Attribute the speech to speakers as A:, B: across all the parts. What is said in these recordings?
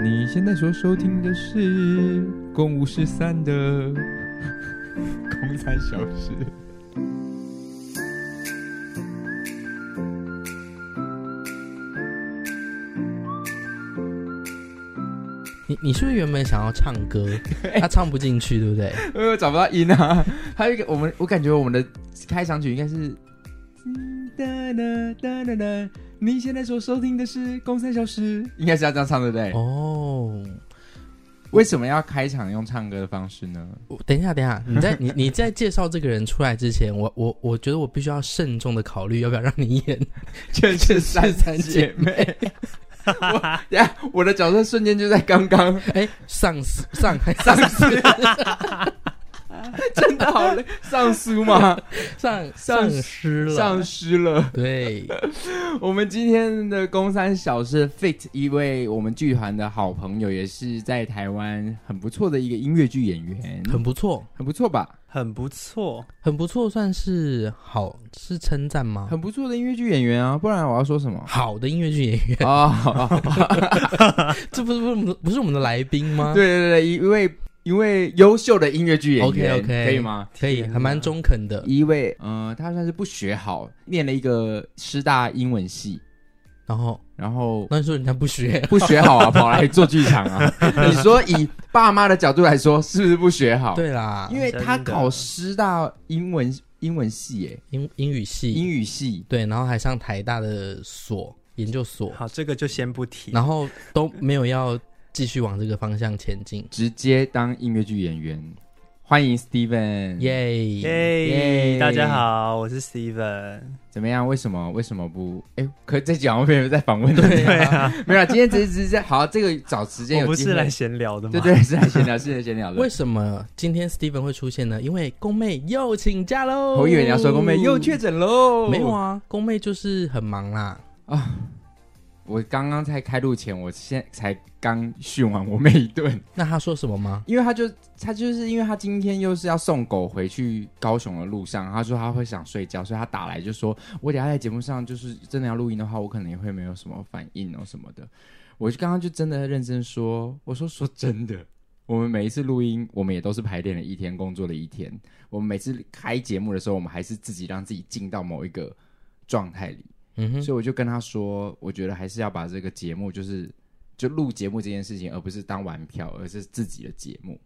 A: 你现在所收听的是《公五十三》的 《公三小时》。
B: 你你是不是原本想要唱 歌，他唱不进去，对不对？
A: 因哎为我找不到音啊。还有一个，我们我感觉我们的开场曲应该是。哒啦哒啦啦！你现在所收听的是《公三小时》，应该是要这样唱对不对？
B: 哦，
A: 为什么要开场用唱歌的方式呢？
B: 我等一下，等一下，
A: 嗯
B: 你在你你在介绍这个人出来之前，我我我觉得我必须要慎重的考虑要不要让你 演。
A: 全是三三姐妹。 我呀，我的角色瞬间就在刚刚，
B: 哎，上司 上海
A: 上
B: 上
A: 司， 真的好累，上书吗？
B: 上
A: 上
B: 上 失了，
A: 上失了。
B: 对，
A: 我们今天的工三小事 fit 一位我们剧团的好朋友，也是在台湾很不错的一个音乐剧演员，
B: 很不错，
A: 很不错吧？
C: 很 不错。
B: 很不错，算是好是称赞吗？？
A: 很不错的音乐剧演员啊，不然我要说什么
B: 好的音乐剧演员，
A: 哦， 好好好
B: 这不是不是我们的不是我们的来宾吗？
A: 对，对对，一位一位优秀的音乐剧演员
B: OK，OK
A: 可以吗？
B: 可以，
C: 天哪
B: 还蛮中肯的。
A: 一位，呃，他算是不学好，念了一个师大英文系，
B: 然后
A: 然后
B: 那你说人家不学，
A: 不学好啊，跑来做剧场 啊。你说以爸妈的角度来说，是不是不学 好？，
B: 对啦，
A: 因为他考师大英文英文系、耶，
B: 英英语
C: 嗯
B: 系
A: 英语系，
B: 对，然后还上台大的所研究所，
C: 好，这个就先不提。
B: 然后都没有要继续往这个方向前进，
A: 直接当音乐剧演员。欢迎 Steven，、
B: 耶、
C: 耶
A: 耶
C: 大家好，我是 Steven。
A: 怎么样？为什么？为什么不？哎，可这讲我朋友在访问
B: 对
A: 的，
B: 啊，
A: 没有啦，今天只是只是在好，这个找时间
C: 我
A: 有
C: 不
A: 机
C: 是
A: 会
C: 来闲聊的吗？
A: 对对，是来闲聊，是来闲聊的。
B: 为什么今天 Steven 会出现呢？因为宫妹又请假喽。
A: 哦我以为你要说宫妹又哦确诊喽，
B: 没有啊，宫妹就是很忙啦。
A: 啊！我刚刚在开录前，我现才刚训完我妹一顿，
B: 那她说什么吗？
A: 因为她就她就是因为她今天又是要送狗回去高雄的路上，她说她会想睡觉，所以她打来就说，我等一下在节目上就是真的要录音的话，我可能也会没有什么反应哦什么的。我就刚刚就真的认真说，我说说真的，我们每一次录音，我们也都是排练了一天，工作了一天。我们每次开节目的时候，我们还是自己让自己进到某一个状态里。
B: 嗯哼，
A: 所以我就跟他说，我觉得还是要把这个节目，就是就录节目这件事情，而不是当玩票，而是自己的节目。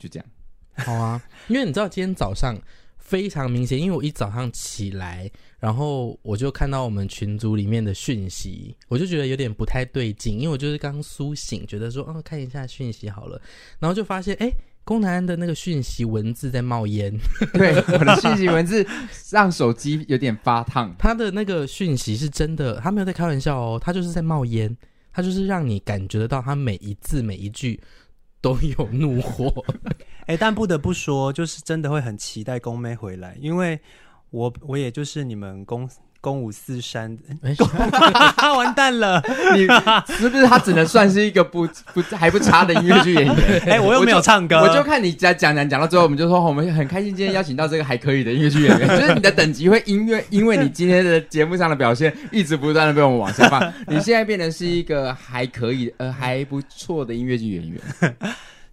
A: 就这样，
B: 好啊，因为你知道今天早上非常明显，因为我一早上起来，然后我就看到我们群组里面的讯息，我就觉得有点不太对劲，因为我就是刚苏醒，觉得说，嗯，看一下讯息好了，然后就发现，哎，宫南安的那个讯息文字在冒 烟，
A: 对我的信息文字让手机有点发烫。
B: 他的那个讯息是真的，他没有在开玩笑哦，他就是在冒烟，他就是让你感觉得到他每一字每一句都有怒火，
C: 哎，但不得不说，就是真的会很期待宫妹回来，因为我我也就是你们宫宫五四三，
B: 哎
C: 啊，完蛋了！
A: 你是不是他只能算是一个不不还不差的音乐剧演员？
C: 哎，我又没有唱歌，
A: 我就看你讲讲讲讲到最后，我们就说哦我们很开心今天邀请到这个还可以的音乐剧演员，就是你的等级会因为因为你今天的节目上的表现，一直不断的被我们往下放。你现在变成是一个还可以呃还不错的音乐剧演员，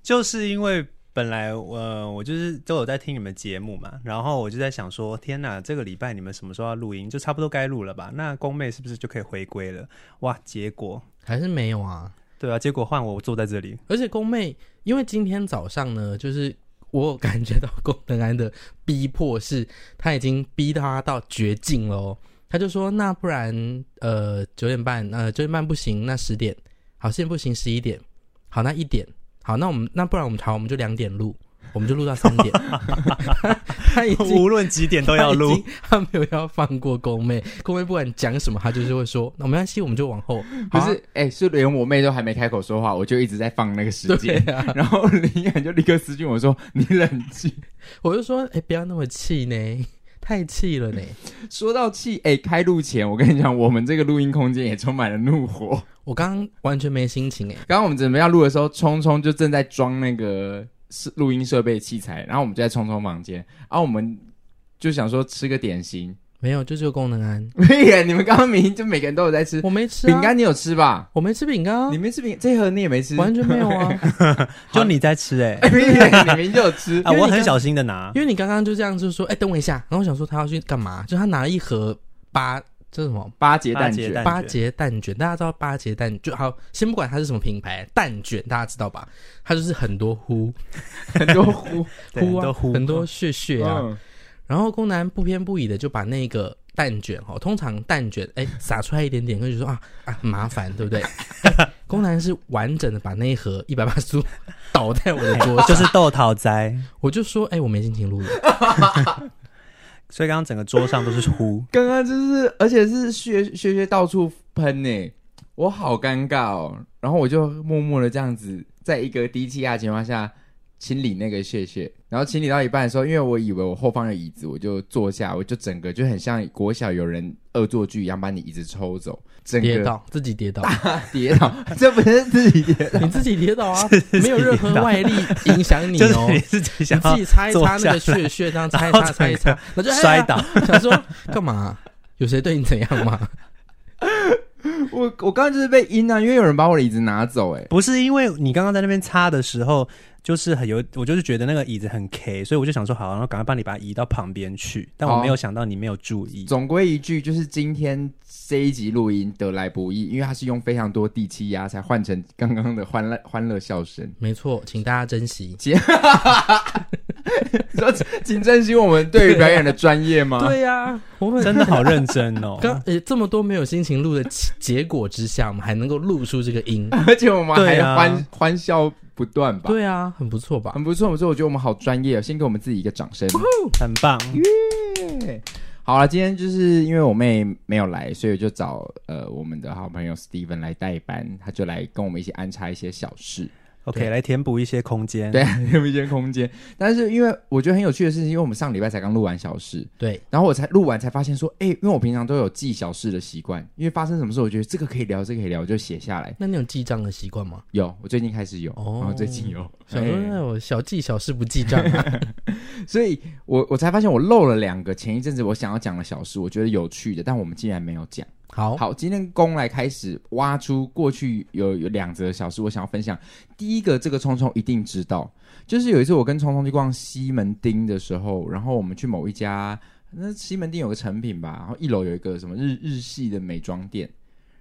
C: 就是因为本来我、呃、我就是都有在听你们节目嘛，然后我就在想说，天哪，这个礼拜你们什么时候要录音？就差不多该录了吧？那宫妹是不是就可以回归了？哇，结果
B: 还是没有啊？
C: 对啊，结果换我我坐在这里，
B: 而且宫妹，因为今天早上呢，就是我有感觉到宫德安的逼迫是，他已经逼到他到绝境了哦。他就说：“那不然，呃，九点半，呃，九点半不行，那十点，好，现在不行，十一点，好，那一点，好，那我们那不然我们好，我们就两点录，我们就录到三点。他”他已经
C: 无论几点都 要录。，
B: 他没有要放过宫妹，宫妹不管讲什么，他就是会说，那没关系，我们就往后。
A: 不
B: 好啊
A: 是，哎、是连我妹都还没开口说话，我就一直在放那个时
B: 对
A: 间，
B: 啊，
A: 然后林远就立刻私信我说：“你冷静。
B: 我就说，哎、不要那么气呢，太气了呢。”
A: 说到气，哎、开录前我跟你讲，我们这个录音空间也充满了怒火。
B: 我刚刚完全没心情哎，
A: 刚刚我们准备要录的时候，聪聪就正在装那个是录音设备器材，然后我们就在聪聪房间，然后我们就想说吃个点 心。
B: 没有，就是有功能安，
A: 对耶，你们刚刚明明就每个人都有在吃
B: 我没吃、啊、
A: 饼干，，你有吃吧？
B: 我没吃饼干、啊
A: 你，没吃饼，这盒你也没吃，
B: 完全没有啊，
C: 就你在吃哎、
A: 哎。明明你明就有 吃
C: 啊，我很小心的拿
B: 因，为你刚刚就这样就说，哎、等我一下，然后我想说他要去干嘛，就他拿了一盒八，这是什么？
A: 八节蛋
C: 八节
A: 卷
C: 蛋，
B: 八节蛋卷，大家知道八节蛋就好，先不管它是什么品牌，蛋卷大家知道吧？它就是很多糊
A: 很多 糊。
C: 对
B: 糊啊，
C: 都糊
B: 很多屑屑啊。
A: 嗯
B: 然后宫南不偏不倚的就把那个蛋卷哦，通常蛋卷哎撒出来一点点，跟就说啊啊很麻烦，对不 对？宫南是完整的把那一盒一百八十倒在我的 桌上，
C: 就是豆桃斋，
B: 我就说哎我没心情录了，
C: 所以刚刚整个桌上都是糊。
A: 刚刚就是，而且是血血血到处喷呢、我好尴尬哦。然后我就默默的这样子，在一个低气压情况下清理那个血血，然后清理到一半的时候，因为我以为我后方有椅子，我就坐下，我就整个就很像国小有人恶作剧一样把你椅子抽走，整
B: 跌
A: 个
B: 倒自己 跌倒，
A: 跌倒， 这不是自己跌倒。
B: 你自己跌倒 啊，没有任何外力影响 你
C: 就是
B: 哦
C: 你。自己
B: 你
C: 想
B: 自
C: 要
B: 己擦一擦那个
C: 坐下来
B: 血血，这样擦一
C: 然
B: 擦
C: 后
B: 擦一擦，我就哎呀
C: 摔倒，
B: 想说干嘛？有谁对你怎样吗？
A: 我我刚刚就是被阴啊，因为有人把我的椅子拿走、哎，
C: 不是因为你刚刚在那边擦的时候，就是很有，我就是觉得那个椅子很 K，所以我就想说好，然后赶快帮你把它移到旁边去。但
B: 哦
C: 我没有想到你没有注意，
A: 总归一句，就是今天这一集录音得来不易，因为它是用非常多地气压才换成刚刚的欢乐欢乐笑声。
B: 没错，请大家珍惜。
A: 说请珍惜我们对于表演的专业
C: 啊
A: 吗？
B: 对啊呀、我们
C: 真的好认真 哦。
B: 刚呃这么多没有心情录的 结结果之下，我们还能够录出这个音，
A: 而且我们还
C: 对啊
A: 欢、欢笑不断吧？，
B: 对啊，很不错
C: 嗯
B: 吧？
A: 很不错，很不错。我觉得我们好专业哦，先给我们自己一个 掌声。
C: 很棒，
A: 耶好了，今天就是因为我妹没有来，所以我就找呃我们的好朋友 Steven 来代班，他就来跟我们一起安插一些小事。
C: OK，来填补一些空间。
A: 对，有一些空间。但是因为我觉得很有趣的事情，因为我们上礼拜才刚录完小事，
B: 对，
A: 然后我才录完才发现说，哎、因为我平常都有记小事的习惯，因为发生什么事，我觉得这个可以聊，这个可以聊，我就写下来。
B: 那你有记账的习惯吗？
A: 有，我最近开始有，
B: 哦
A: 然后最近有，
C: 哎
A: 哎
B: 想说那我小记小事不记账、 啊，
A: 所以我我才发现我漏了两个前一阵子我想要讲的小事，我觉得有趣的，但我们竟然没有讲。
B: 好，
A: 好，今天公来开始挖出过去有有两则小事，我想要分享。第一个，这个聪聪一定知道，就是有一次我跟聪聪去逛西门町的时候，然后我们去某一家，那西门町有个成品吧，然后一楼有一个什么日日系的美妆店，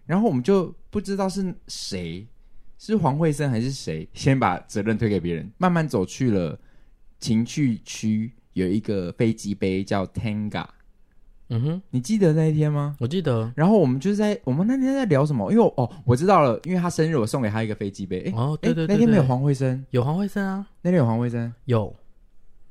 A: 然后我们就不知道是谁，是黄慧生还是谁，先把责任推给别人，慢慢走去了情趣区，有一个飞机杯叫 Tenga，
B: 嗯哼，
A: 你记得那一天吗？
B: 我记得
A: 然后我们就是在我们那天在聊什么？因为我哦，我知道了，因为他生日，我送给他一个飞机杯。诶
B: 哦
A: 诶
B: 对对对
A: 那天没有
B: 对
A: 黄慧生，
B: 有黄慧生啊，
A: 那天有黄慧生，
B: 有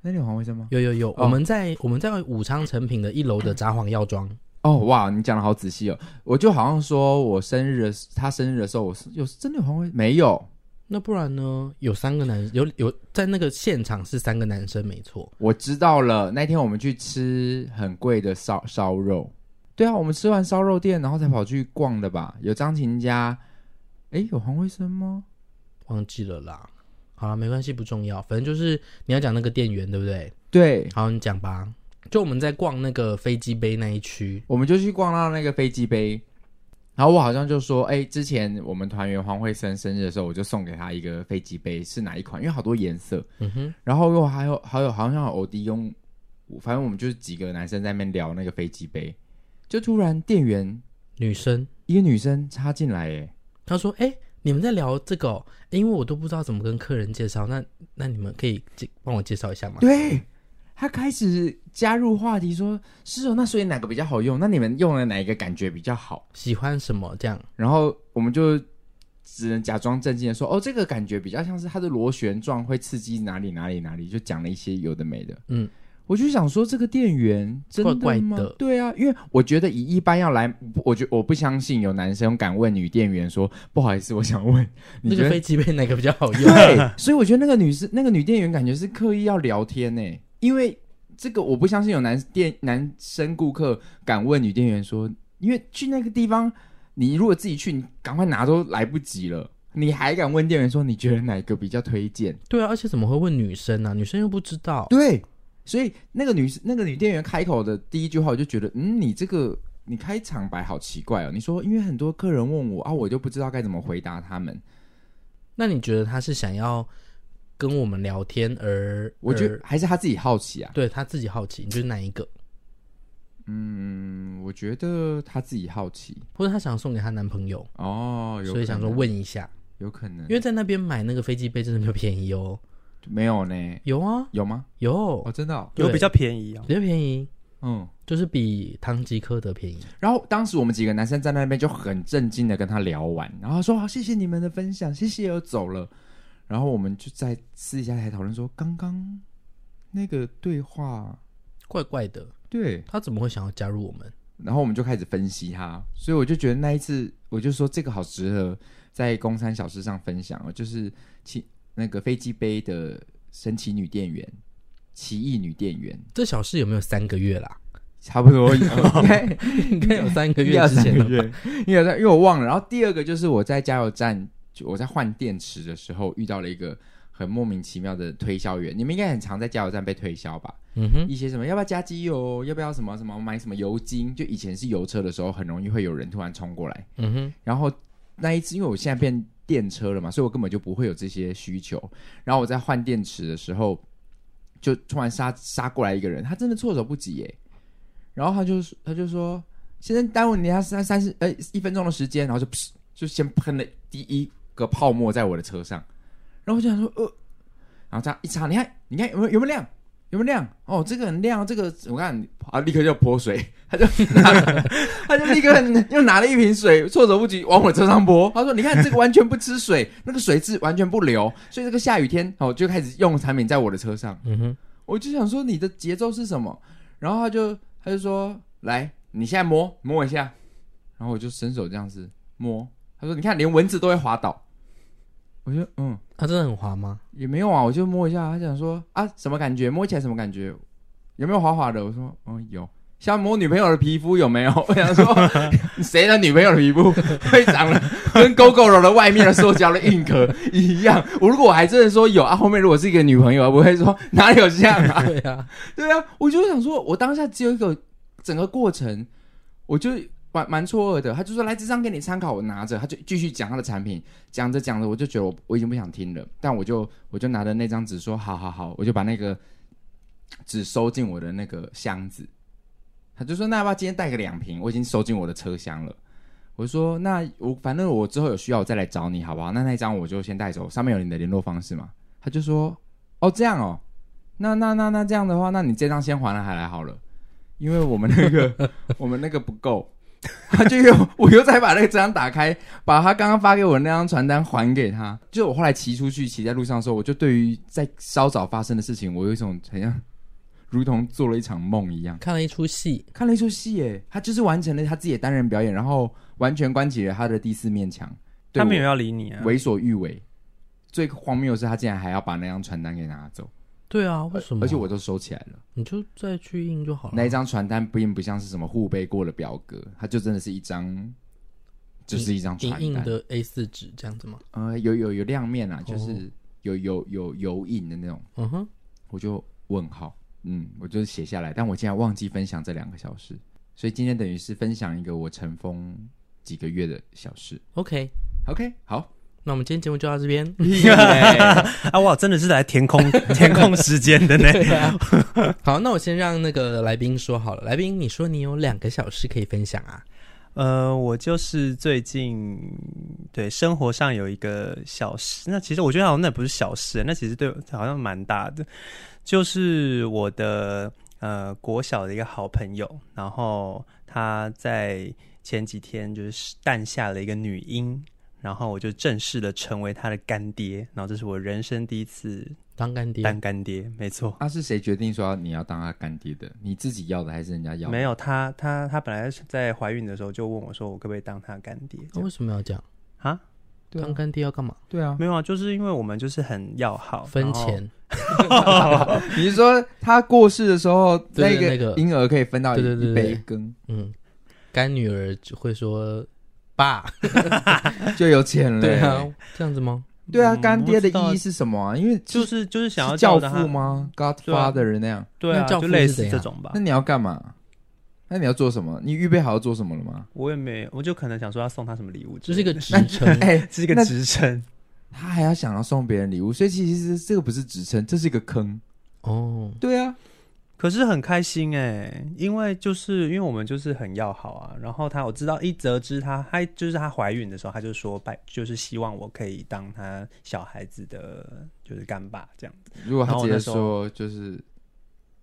A: 那天有黄慧生吗？
B: 有有有，
C: 哦
B: 我们在我们在武昌成品的一楼的札幌药妆，
A: 哦哇，你讲的好仔细哦！我就好像说我生日的时，他生日的时候，我是有真的有黄慧没有？
B: 那不然呢？有三个男有有在那个现场是三个男生，没错，
A: 我知道了，那天我们去吃很贵的烧烧肉，对啊，我们吃完烧肉店，然后才跑去逛的吧？有张琴家，诶，有黄慧生吗？
B: 忘记了啦。好了，没关系，不重要，反正就是你要讲那个店员，对不对？
A: 对，
B: 好，你讲吧。就我们在逛那个飞机杯那一区，
A: 我们就去逛到那个飞机杯，然后我好像就说，哎、之前我们团员黄慧生生日的时候，我就送给他一个飞机杯，是哪一款？因为好多颜色，
B: 嗯哼，
A: 然后又还有还有好像有欧迪用，反正我们就是几个男生在那边聊那个飞机杯，就突然店员
B: 女生
A: 一个女生插进来、哎，
B: 她说：“哎、你们在聊这个、哦诶因为我都不知道怎么跟客人介绍，那那你们可以介帮我介绍一下吗？”
A: 对。他开始加入话题说，是哦，那所以哪个比较好用？那你们用了哪一个感觉比较好？
B: 喜欢什么这样？
A: 然后我们就只能假装镇静的说：“哦，这个感觉比较像是它的螺旋状，会刺激哪里哪里哪里。”就讲了一些有的没的。
B: 嗯，
A: 我就想说，这个店员真的吗
B: 怪怪的
A: 对啊，因为我觉得以一般要来，我觉我不相信有男生敢问女店员说不好意思，我想问，你
B: 那
A: 觉
B: 个
A: 得
B: 飞机杯哪个比较好用？
A: 对，所以我觉得那个女士，那个女店员感觉是刻意要聊天呢、因为这个我不相信有男店男生顾客敢问女店员说，因为去那个地方，你如果自己去，你赶快拿都来不及了，你还敢问店员说你觉得哪个比较推荐？
B: 对啊，而且怎么会问女生啊呢、女生又不知道。
A: 对，所以那个女那个女店员开口的第一句话，我就觉得，嗯，你这个。你开场白好奇怪哦！你说，因为很多客人问我啊，我就不知道该怎么回答他们。
B: 那你觉得他是想要跟我们聊天而，
A: 我觉得
B: 而
A: 还是他自己好奇啊。
B: 对他自己好奇，你觉得哪一个？
A: 嗯，我觉得他自己好奇
B: 或者他想送给她男朋友，
A: 哦，有
B: 所以
A: 可
B: 想说
A: 能，
B: 问一下，
A: 有可能，
B: 因为在那边买那个飞机杯真的没有便宜哦。
A: 没有呢，
B: 有啊，
A: 有吗？
B: 有
A: 哦，真的、哦，
C: 有
B: 对
C: 比较便宜啊、
B: 比较便宜，
A: 嗯。
B: 就是比唐吉诃德便宜。
A: 然后当时我们几个男生站在那边就很震惊的跟他聊完，然后他说好哦谢谢你们的分享，谢谢哦，走了。然后我们就在私底下才讨论说，刚刚那个对话，
B: 怪怪的，
A: 对，
B: 他怎么会想要加入我们？
A: 然后我们就开始分析他，所以我就觉得那一次，我就说这个好值得在公山小事上分享哦，就是奇那个飞机杯的神奇女店员，奇异女店员，
B: 这小事有没有三个月 啦？
A: 差不多 应该
B: 应该有三个
A: 应
B: 月
A: 该有
B: 之
A: 三
B: 前
A: 个
B: 了
A: 月
B: 吧？，
A: 因为因为我忘了。然后第二个就是我在加油站，就我在换电池的时候遇到了一个很莫名其妙的推销员，你们应该很常在加油站被推销吧？
B: 嗯哼，
A: 一些什么要不要加机油，要不要什么什么买什么油精，就以前是油车的时候，很容易会有人突然冲过来。
B: 嗯哼，
A: 然后那一次，因为我现在变电车了嘛，所以我根本就不会有这些需求。然后我在换电池的时候，就突然杀杀过来一个人，他真的措手不及耶。然后他就他就说：“先生，耽误你家三三十呃一分钟的时间。”然后就噗就先喷了第一个泡沫在我的车上。然后我就想说：“呃。”然后这样一擦，你看，你看有没有有没有亮？有没有亮？哦，这个很亮，这个我看啊，立刻就泼水，他就拿了他就立刻 又拿了一瓶水，措手不及往我车上泼。他说：“你看这个完全不吃水， 那个水质完全不流，所以这个下雨天哦就开始用产品在我的车上。”
B: 嗯哼，
A: 我就想说你的节奏是什么？然后他就他就说：“来，你现在摸摸一下。”然后我就伸手这样子摸。他说：“你看，连蚊子都会滑倒。”我就嗯，
B: 他、啊真的很滑吗？
A: 也没有啊，我就摸一下，他想说啊，什么感觉？摸起来什么感觉？有没有滑滑的？我说，哦，有。像摸女朋友的皮肤有没有？ 我想说，谁的女朋友的皮肤会长得跟 GoGo 的外面的塑胶的硬壳一样？我如果我还真的说有啊，后面如果是一个女朋友，我会说哪有这样啊？
B: 对啊，
A: 对啊，我就想说，我当下只有一个整个过程，我就蛮蛮错愕的。他就说来这张给你参考，我拿着，他就继续讲他的产品，讲着讲着，我就觉得我我已经不想听了，但我就我就拿着那张纸说好好好，我就把那个纸收进我的那个箱子。他就说那要不要今天带个两瓶？我已经收进我的车厢了。我就说那我反正我之后有需要我再来找你好不好？那那一张我就先带走，上面有你的联络方式嘛。他就说哦这样哦，那那那那这样的话，那你这张先还了海来好了，因为我们那个我们那个不够。他就又我又再把那个张打开，把他刚刚发给我的那张传单还给他。就我后来骑出去，骑在路上的时候，我就对于在稍早发生的事情，我有一种很像如同做了一场梦一样。
B: 看了一出戏，
A: 看了一出戏，耶，他就是完成了他自己的单人表演，然后完全关起了他的第四面墙，对
C: 他
A: 我
C: 没有要理你啊。
A: 为所欲为。最荒谬的是，他竟然还要把那张传单给拿走，
B: 对啊，为什么？
A: 而且我都收起来了。
B: 你就再去印就好了。
A: 那一张传单并不像是什么互背过的表格，它就真的是一张，就是一张传
B: 影印
A: 单。
B: 的 A 四纸这样子吗？
A: 呃，有有有亮面啊，
B: 哦
A: 就是有有有油印的那种，
B: 嗯哼，
A: 我就问号，嗯，我就写下来，但我竟然忘记分享这两个小时，所以今天等于是分享一个我尘封几个月的小事。
B: OK，
A: OK，好。
B: 那我们今天节目就到 这边。
C: 啊哇，真的是来填空 填空时间 的呢。
B: 好，那我先让那个来宾说好了。来宾，你说你有两个小时可以分享啊？
C: 呃，我就是最近对生活上有一个小事，那其实我觉得好像那不是小事，欸那其实对我好像蛮大的，就是我的呃国小的一个好朋友，然后他在前几天就是诞下了一个女婴，然后我就正式的成为他的干爹，然后这是我人生第一次
B: 当干爹，
C: 当干爹，没错。
A: 那、是谁决定说你要当他干爹的？你自己要的还是人家要的？
C: 没有他，他他本来是在怀孕的时候就问我说，我可不可以当他干爹？这
B: 那
C: 样
B: 为什么要这样？
C: 啊，
A: 对啊
B: 当干爹要干嘛？
A: 对啊，
C: 没有啊，就是因为我们就是很要
A: 哦
C: 好，
B: 分
C: 然后
B: 钱，
A: 你是说他过世的时候，
B: 对
A: 那
B: 对
A: 个
B: 那个
A: 婴儿可以分到一
B: 对对对
A: 一
B: 对
A: 杯羹，
B: 嗯，干女儿就会说爸，
A: 就有钱了。
B: 对啊，，这样子吗？
A: 对啊，
C: 嗯
A: 干爹的
C: 我不知道
A: 意义是什么啊？因为
C: 就是是就是想要
A: 是教
C: 叫
A: 父
C: 他？
A: 吗
C: 对啊
A: ？Godfather 那样？
C: 对啊，
B: 那教父
C: 就类
B: 是怎
C: 似
B: 样
C: 这种吧
A: 那。你要干嘛？那你要做什么？你预备好要做什么了 吗？，
C: 我也没，我就可能想说要送他什么礼物之
B: 这
C: 类的，
B: 是一个职称
A: 哎、
C: 是一个
A: 那
C: 职称，
A: 他还要想要送别人礼物，所以其实这个不是职称，这是一个坑。
B: 哦，
A: 对啊，
C: 可是很开心哎、因为就是因为我们就是很要好啊。然后她我知道一得知她，她就是她怀孕的时候，她就说拜，就是希望我可以当她小孩子的就是干爸 这样子。
A: 如果他直接
C: 然后
A: 说就是，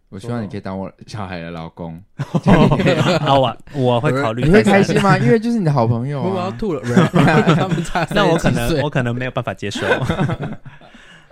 A: 我希
C: 说
A: 望
C: 什么
A: 你可以当我小孩的老公，
C: 好啊，我会考虑
A: 你
C: 再
A: 会
C: 三
A: 开心吗？ 因为就是你的好朋友
B: 我要
A: 啊。
B: 吐了，他们差
C: 那我可
B: 30岁
C: 能我可能没有办法接受。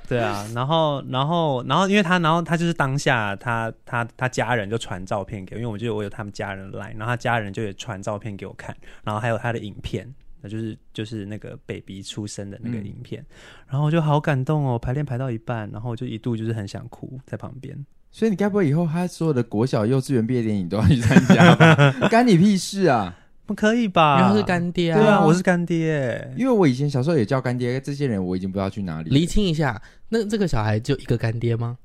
C: 对啊，然后然后然后，因为他然后他就是当下他他他家人就传照片给我，因为我就有我有他们家人来，然后他家人就也传照片给我看，然后还有他的影片，那就是就是那个 baby 出生的那个
A: 嗯
C: 影片，然后我就好感动哦，排练排到一半，然后我就一度就是很想哭在旁边，
A: 所以你该不会以后他所有的国小、幼稚园毕业典礼都要去参加 吧？干你屁事啊！
C: 不可以吧？
B: 然后是干爹
C: 对
B: 啊，
C: 啊，我是干爹，
A: 因为我以前小时候也叫干爹，这些人我已经不知道去哪里了。
B: 厘清一下，那这个小孩就一个干爹吗？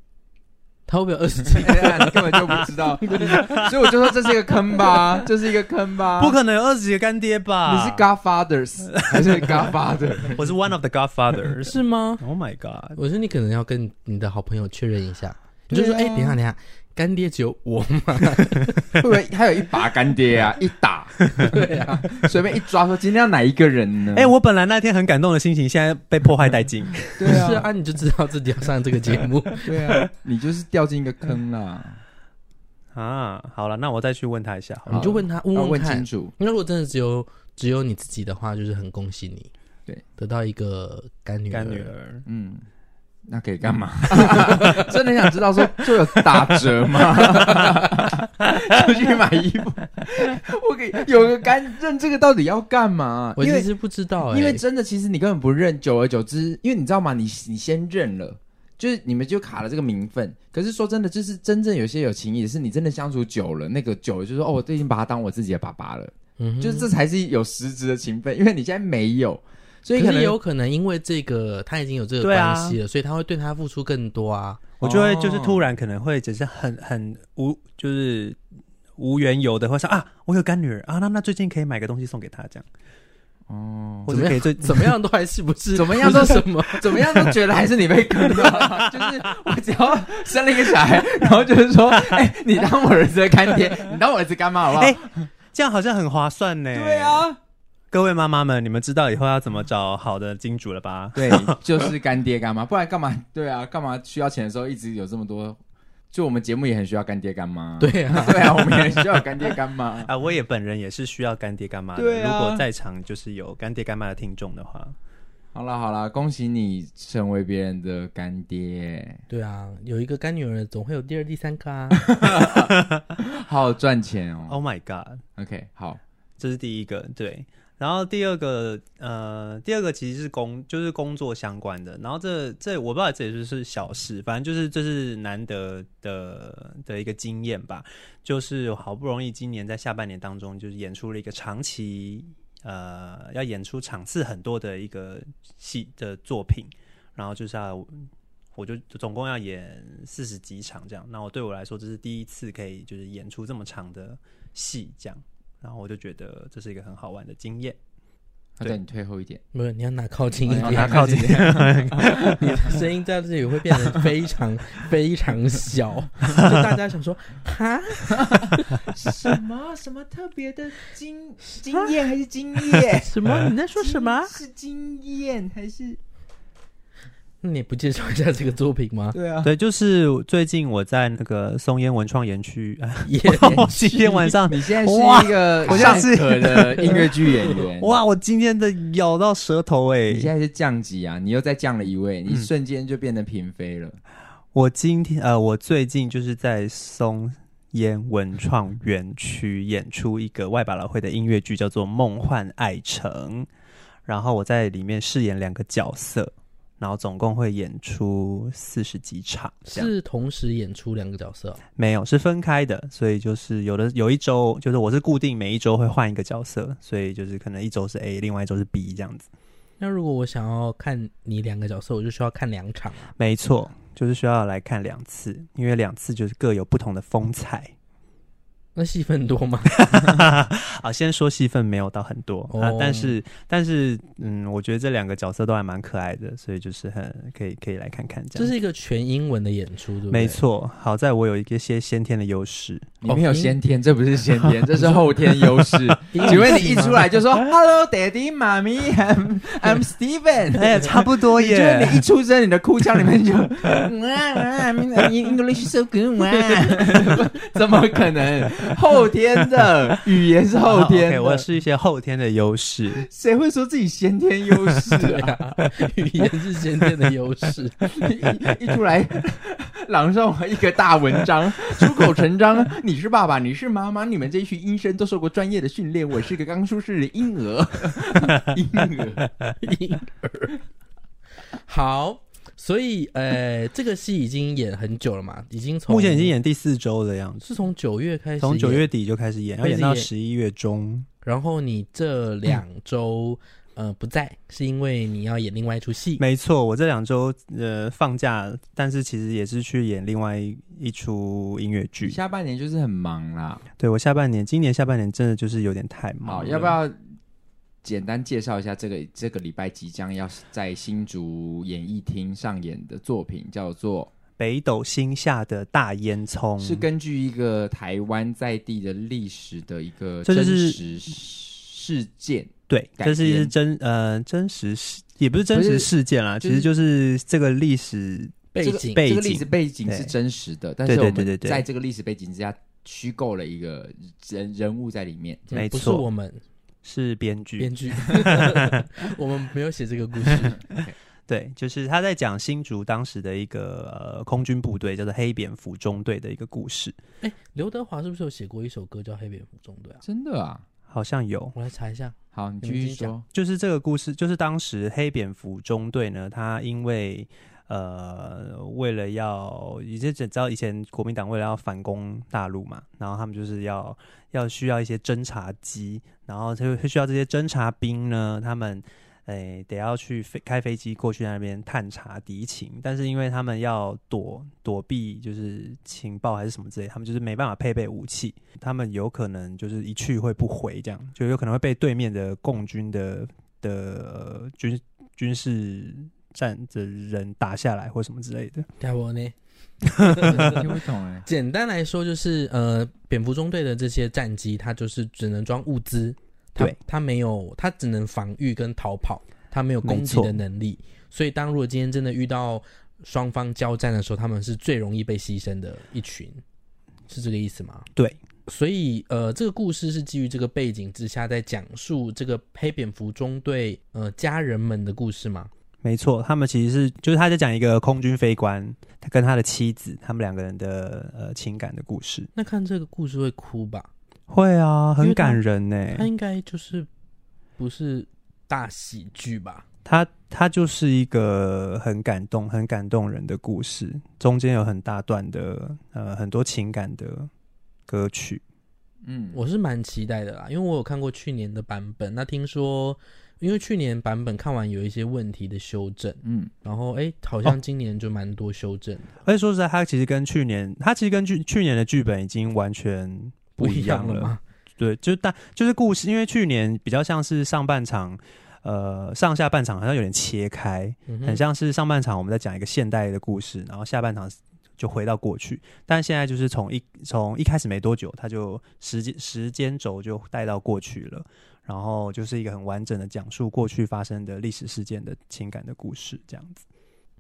B: 他会不会有二十 几？
A: 哎 呀你根本就不知道，所以我就说这是一个坑吧，这是一个坑吧。
C: 不可能有二十几个干爹吧？
A: 你是 Godfathers 还是 Godfather？
C: 我是 one of the Godfathers。
B: 是吗？
C: Oh my god！
B: 我觉得你可能要跟你的好朋友确认一下，你就说，哎、
A: 对啊
B: 等一下，等一下，干爹只有我吗？
A: 会不会他有一把干爹啊？一打， 对啊，随便一抓说今天要哪一个人呢？
C: 哎、我本来那天很感动的心情，现在被破坏 殆尽。
A: 对啊，
B: 是啊，你就知道自己要上这个节 目。
A: 对啊，你就是掉进一个坑啦，
C: 啊，好了，那我再去问他一下好了。
B: 你就问他，问
A: 要
B: 问
A: 问
B: 看
A: 清。楚。
B: 那如果真的只有只有你自己的话，就是很恭喜你，
A: 对，
B: 得到一个干女儿
C: 干女儿，
A: 嗯，那可以干 嘛？真的很想知道说，就有打折 吗？出去买衣服，我给有个干认这个到底要干嘛？
B: 我
A: 因
B: 其
A: 为
B: 实不知道、哎，
A: 因为真的，其实你根本不认，久而久之，因为你知道吗？你你先认了。就是你们就卡了这个名分，可是说真的，就是真正有些有情谊，是你真的相处久了，那个久了就说哦，我都已经把他当我自己的爸爸了，
B: 嗯哼
A: 就是这才是有实质的情分，因为你现在没 有，所以
B: 可
A: 可
B: 是
A: 能
B: 也有可能因为这个他已经有这个
C: 对啊
B: 关系了，所以他会对他付出更多啊。
C: 我就会就是突然可能会只是很很无就是无缘由的会说啊，我有干女儿啊，那那最近可以买个东西送给她这样，
A: 哦，
C: 或者可以 最
B: 怎么样都还是不是
A: 怎么样
B: 不
A: 都
B: 是什么，
A: 怎么样都觉得还是你被坑了，就是我只要生了一个小孩，然后就是说，哎、你当我儿子的干爹，你当我儿子干妈好不好？
C: 哎 这样好像很划算呢。
A: 对，啊，
C: 各位妈妈们，你们知道以后要怎么找好的金主了 吧？
A: 对，就是干爹干妈，不然干嘛？对啊，干嘛需要钱的时候一直有这么多？就我们节目也很需要干爹干妈，
B: 对啊，
A: 对啊，我们也需要有干爹干妈。
C: 啊，我也本人也是需要干爹干妈的。
A: 对啊
C: 如果在场就是有干爹干妈的听众的话，
A: 好啦好啦，恭喜你成为别人的干爹，
B: 对啊，有一个干女儿总会有第二、第三个 啊。
A: 好好赚钱哦。
C: Oh my god！
A: OK，好，
C: 这是第一个，对。然后第二个，呃，第二个其实是工，就是工作相关的。然后这这我不知道这也就是小事，反正就是这是难得的的一个经验吧。就是好不容易今年在下半年当中，就是演出了一个长期，呃，要演出场次很多的一个戏的作品，然后就是要。我就总共要演四十几场这样，那我对我来说这是第一次可以就是演出这么长的戏这样，然后我就觉得这是一个很好玩的经验。
A: 他叫你退后一点，
B: 没有，你要拿靠近一
A: 哦
B: 点，
A: 拿
C: 啊
A: 靠近一
B: 你的 声音在这里会变得非常非常 小，就大家想说，哈，
A: 什么什么特别的经经验还是经验？
B: 什么？你在说什么？
A: 是经验还是？
B: 那你不介绍一下这个作品吗？
A: 对啊，
C: 对，就是最近我在那个松烟文创 园区， 哎
B: 也
C: 我今天晚上
A: 你现在
C: 哇
A: 是一个
C: 我现在
A: 尚
C: 是。
A: 可的音乐剧演员
C: 哇，我今天的咬到舌头哎、
A: 你现在是降级啊，你又再降了一位，你
C: 嗯
A: 瞬间就变得嫔妃了。
C: 我今天呃，我最近就是在松烟文创园区演出一个外百老汇的音乐剧，叫做《梦幻爱城》，然后我在里面饰演两个角色，然后总共会演出四十几场，这样
B: 是同时演出两个角色哦、
C: 没有是分开的，所以就是有的有一周就是我是固定每一周会换一个角色，所以就是可能一周是 A，另外一周是 B 这样子，
B: 那如果我想要看你两个角色，我就需要看两场啊。
C: 没错，就是需要来看两次，因为两次就是各有不同的风采。
B: 那戏份多 吗？
C: 啊，先说戏份没有到很多、啊
B: 哦，
C: 但是但是嗯，我觉得这两个角色都还蛮可爱的，所以就是很可以可以来看看这
B: 这
C: 样。
B: 是一个全英文的演出，对不对？
C: 没。错，好在我有一个些先天的优势，
A: 你没有先天，这不是先
C: 哦
A: 天，这是后天优 势。请问你一出来就说 “Hello, Daddy, Mommy, I'm I'm Steven”，
C: 哎、差不 多
A: 你觉得
C: 耶
A: 你。一出生，你的哭腔里面 就嗯啊哇哇，English so good 哇，怎么可能？后天的语言是后天
C: 啊
A: 的，。
C: ，OK，我是一些后天的优势
A: 谁会说自己先天优势
B: 对
A: 啊？
B: 啊， 语言是先天的优势。
A: 一一出来朗诵一个大文章，出口成章。你是爸爸，你是妈妈，你们这一群医生都受过专业的训练，我是个刚出世的婴儿， 婴儿。
B: 婴儿。好，所以呃，这个戏已经演很久了嘛，已经从
C: 目前已经演第四周的样子，
B: 是从九月开始，
C: 从九月，底就开始演，要
B: 开始
C: 演到
B: 演
C: 十一月中。
B: 然后你这两周、呃不在，是因为你要演另外一出戏。
C: 嗯没错，我这两周呃放假，但是其实也是去演另外一一出音乐剧。
A: 下半年 就是很忙啦，
C: 对我下半年，今年下半年真的就是有点太忙
A: 好，
C: 了。
A: 要不要简单介绍一下这个这个礼拜即将要在新竹演艺厅上演的作品，叫做
C: 北斗星下的大烟囱，
A: 是根据一个台湾在地的历史的一个
C: 这
A: 真
C: 就是
A: 实事件。
C: 对，
A: 改
C: 这是一
A: 编
C: 真呃真实事，也不是真
A: 不是
C: 实事件啦，
A: 就
C: 其
A: 是
C: 实就是这个历史
B: 背
A: 这个
B: 景
C: 背
A: 这个
C: 景
A: 历史背景是
C: 对
A: 真实的，但
C: 对
A: 是
C: 对
A: 我
C: 对
A: 们
C: 对对
A: 在这个历史背景之下虚构了一个人人物在里面。
B: 这
C: 没
B: 不是
C: 错
B: 我们
C: 是编剧
B: 编， 剧， 我们没有写这个故事。
C: 对，就是他在讲新竹当时的一个呃空军部队叫做黑蝙蝠中队的一个故事，
B: 哎，刘德华是不是有写过一首歌叫《黑蝙蝠中队》啊？
A: 真的啊？
C: 好像有。
B: 我来查一下。
A: 好，你
B: 你
A: 继
B: 们
A: 续
B: 继续
A: 说。
C: 就是这个故事，就是当时黑蝙蝠中队呢，他因为呃，为了要，你就知道以前国民党为了要反攻大陆嘛，然后他们就是要要需要一些侦察机，然后就会需要这些侦察兵呢，他们诶、得要去飞开飞机过去那边探查敌情，但是因为他们要躲躲避就是情报还是什么之类，他们就是没办法配备武器，他们有可能就是一去会不回，这样就有可能会被对面的共军的的、呃军军事战的人打下来或什么之类的。
B: 该我呢？
A: 听不懂哎，
B: 简单来说就是，呃，蝙蝠中队的这些战机，它就是只能装物资，它
C: 对
B: 它没有，它只能防御跟逃跑，它没有攻
C: 没
B: 击
C: 错
B: 的能力。所以，当如果今天真的遇到双方交战的时候，他们是最容易被牺牲的一群，是这个意思吗？
C: 对，
B: 所以，呃，这个故事是基于这个背景之下，在讲述这个黑蝙蝠中队呃家人们的故事吗？
C: 没错，他们其实是就是他在讲一个空军飞官，他跟他的妻子，他们两个人的呃情感的故事。
B: 那看这个故事会哭吧？
C: 会啊，
B: 因为
C: 很
B: 他
C: 感人呢、
B: 它应该就是不是大喜剧吧？
C: 他他就是一个很感动、很感动人的故事，中间有很大段的呃很多情感的歌曲。
A: 嗯，
B: 我是蛮期待的啦，因为我有看过去年的版本。那听说，因为去年版本看完有一些问题的修正，
A: 嗯，
B: 然后诶，好像今年就蛮多修正的，
C: 而且说实在，他其实跟去年，他其实跟去去年的剧本已经完全不
B: 一
C: 一样
B: 了吗？
C: 对，就是大就是故事，因为去年比较像是上半场，呃，上下半场好像有点切开，
B: 嗯哼
C: 很像是上半场我们在讲一个现代的故事，然后下半场就回到过去。但现在就是从一从一开始没多久，他就时间时间轴就带到过去了，然后就是一个很完整的讲述过去发生的历史事件的情感的故事，这样子。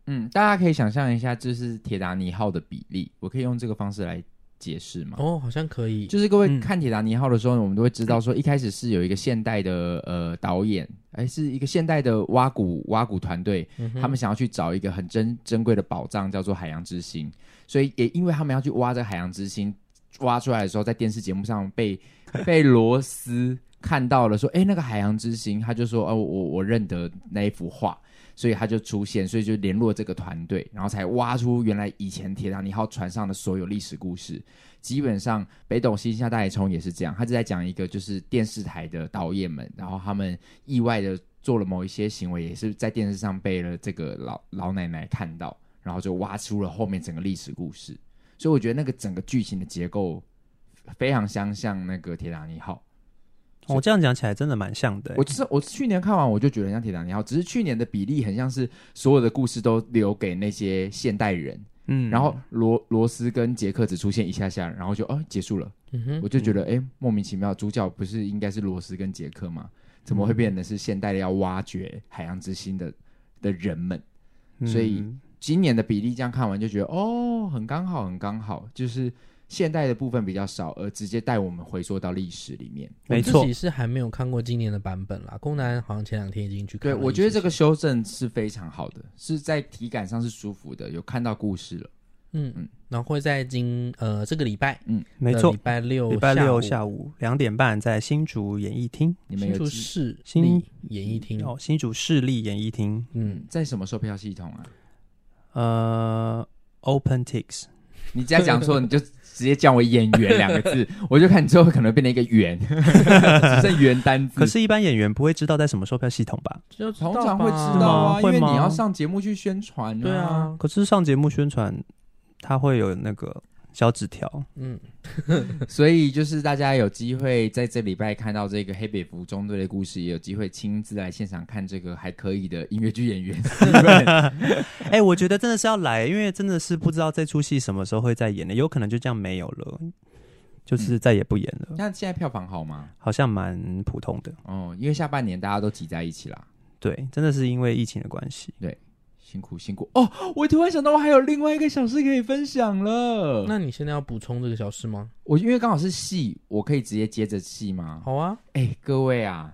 A: 嗯，大家可以想象一下，就是铁达尼号的比例，我可以用这个方式来解释吗？
B: 哦，好像可以，
A: 就是各位
C: 嗯
A: 看《铁达尼号》的时候，我们都会知道说，一开始是有一个现代的呃导演，哎，是一个现代的挖谷挖谷团队，他们想要去找一个很珍珍贵的宝藏，叫做海洋之心。所以也因为他们要去挖这个海洋之心，挖出来的时候，在电视节目上被 被罗斯看到了，说，哎，那个海洋之心，他就说，哦，我我认得那一幅画。所以他就出现，所以就联络这个团队，然后才挖出原来以前铁达尼号船上的所有历史故事。基本上北斗星下大野冲也是这样，他是在讲一个就是电视台的导演们，然后他们意外的做了某一些行为，也是在电视上被了这个老老奶奶看到，然后就挖出了后面整个历史故事。所以我觉得那个整个剧情的结构非常相像那个铁达尼号。
C: 我、这样讲起来真的蛮像的、欸
A: 我就是我去年看完我就觉得很像铁达尼号，只是去年的比例很像是所有的故事都留给那些现代人，
C: 嗯
A: 然后罗罗斯跟杰克只出现一下下，然后就哦结束了。
B: 嗯哼，
A: 我就觉得，哎、莫名其妙，主角不是应该是罗斯跟杰克吗？
B: 嗯
A: 怎么会变成是现代的要挖掘海洋之心的的人们？所以
C: 嗯
A: 今年的比例这样看完就觉得，哦，很刚好，很刚好，就是现代的部分比较少，而直接带我们回溯到历史里面。
C: 没
B: 我
C: 错
B: 自己，是还没有看过今年的版本啦。宫南好像前两天已经去看
A: 对，
B: 了。
A: 我觉得这个，修正是非常好的，是在体感上是舒服的，有看到故事了。
B: 嗯
A: 嗯
B: 嗯，然后会在今呃这个礼拜，呃
C: 没错
B: 礼，拜六
C: 礼拜六
B: 下
C: 下午两点半在新竹演艺厅，
A: 你们
B: 新
A: 有
B: 竹
A: 记
B: 市
C: 新
B: 立演艺厅，
C: 哦，新竹市立演艺厅，
B: 嗯，
A: 在什么售票系统啊？
C: 呃，OpenTix，
A: 你这样讲错，你就直接叫我演员两个 字，我就看你最后可能变成一个 圆，只剩圆单字。
C: 可是，一般演员不会知道在什么售票系统吧？
B: 就
A: 通常会知
B: 吧
A: 道啊，
C: 是吗
A: 因为
C: 会吗
A: 你要上节目去宣传、
B: 对，啊，
C: 可是上节目宣传，他会有那个小纸条，
B: 嗯，
A: 所以就是大家有机会在这礼拜看到这个黑蝙蝠中队的故事，也有机会亲自来现场看这个还可以的音乐剧演 员 Steven
C: 哎、我觉得真的是要来，因为真的是不知道这出戏什么时候会再演的，有可能就这样没有了，就是再也不演了，
A: 那现在票房好吗？
C: 好像蛮普通的。
A: 哦，因为下半年大家都挤在一起啦，
C: 对，真的是因为疫情的关系。
A: 辛苦辛苦哦！我突然想到，我还有另外一个小事可以分享了。
B: 那你现在要补充这个小事吗？
A: 我因为刚好是戏，我可以直接接着戏吗？
B: 好啊，
A: 哎、各位啊，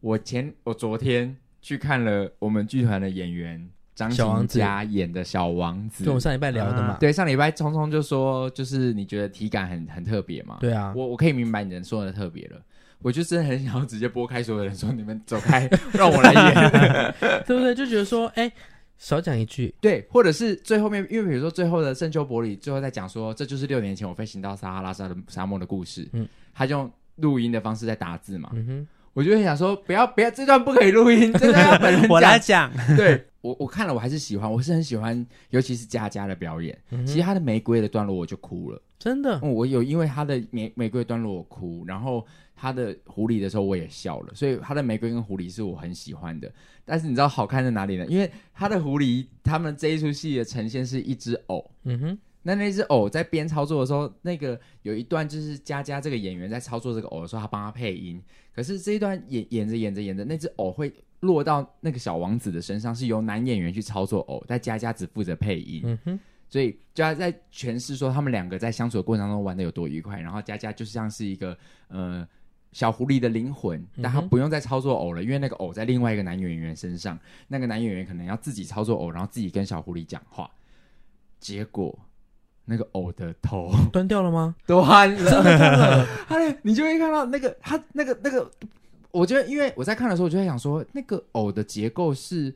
A: 我前我昨天去看了我们剧团的演员张
B: 小王
A: 琴
B: 子
A: 佳演的小王子。
B: 就我们上礼拜聊的嘛，
C: 啊
A: 对，上礼拜聪聪就说，就是你觉得体感很很特别嘛？
B: 对啊，
A: 我我可以明白你能说的特别了。我就真的很想要直接拨开所有人说，你们走开，让我来 演。
B: 对不对？就觉得说，哎，少讲一句，
A: 对，或者是最后面，因为比如说最后的圣丘伯里，最后在讲说，这就是六年前我飞行到撒哈拉沙的沙漠的故事。嗯
B: 嗯，
A: 他就用录音的方式在打字嘛，
B: 嗯哼，
A: 我就会想说，不要不要，这段不可以录 音，这段要本人
C: 我来
A: 讲。
C: 讲，
A: 对我我看了，我还是喜欢，我是很喜欢，尤其是佳佳的表演。
C: 嗯
A: 其实她的玫瑰的段落我就哭了，
B: 嗯真的，
A: 嗯，我有因为她的玫玫瑰段落我哭，然后她的狐狸的时候我也笑了，所以她的玫瑰跟狐狸是我很喜欢的。但是你知道好看在哪里呢？因为她的狐狸，他们这一出戏的呈现是一只偶，
B: 嗯哼，
A: 那那只偶在边操作的时候，那个有一段就是佳佳这个演员在操作这个偶的时候，他帮他配音。可是这一段演演着演着演着，那只偶会落到那个小王子的身上，是由男演员去操作偶，但佳佳只负责配音。
B: 嗯哼，
A: 所以就要在诠释说他们两个在相处的过程当中玩的有多愉快。然后佳佳就像是一个呃小狐狸的灵魂，但他不用再操作偶了，因为那个偶在另外一个男演员身上，那个男演员可能要自己操作偶，然后自己跟小狐狸讲话。结果那个偶的头
B: 断掉了吗？
A: 端了， 他的你就会看到那个他那个那个，我觉得因为我在看的时候，我就在想说，那个偶的结构是。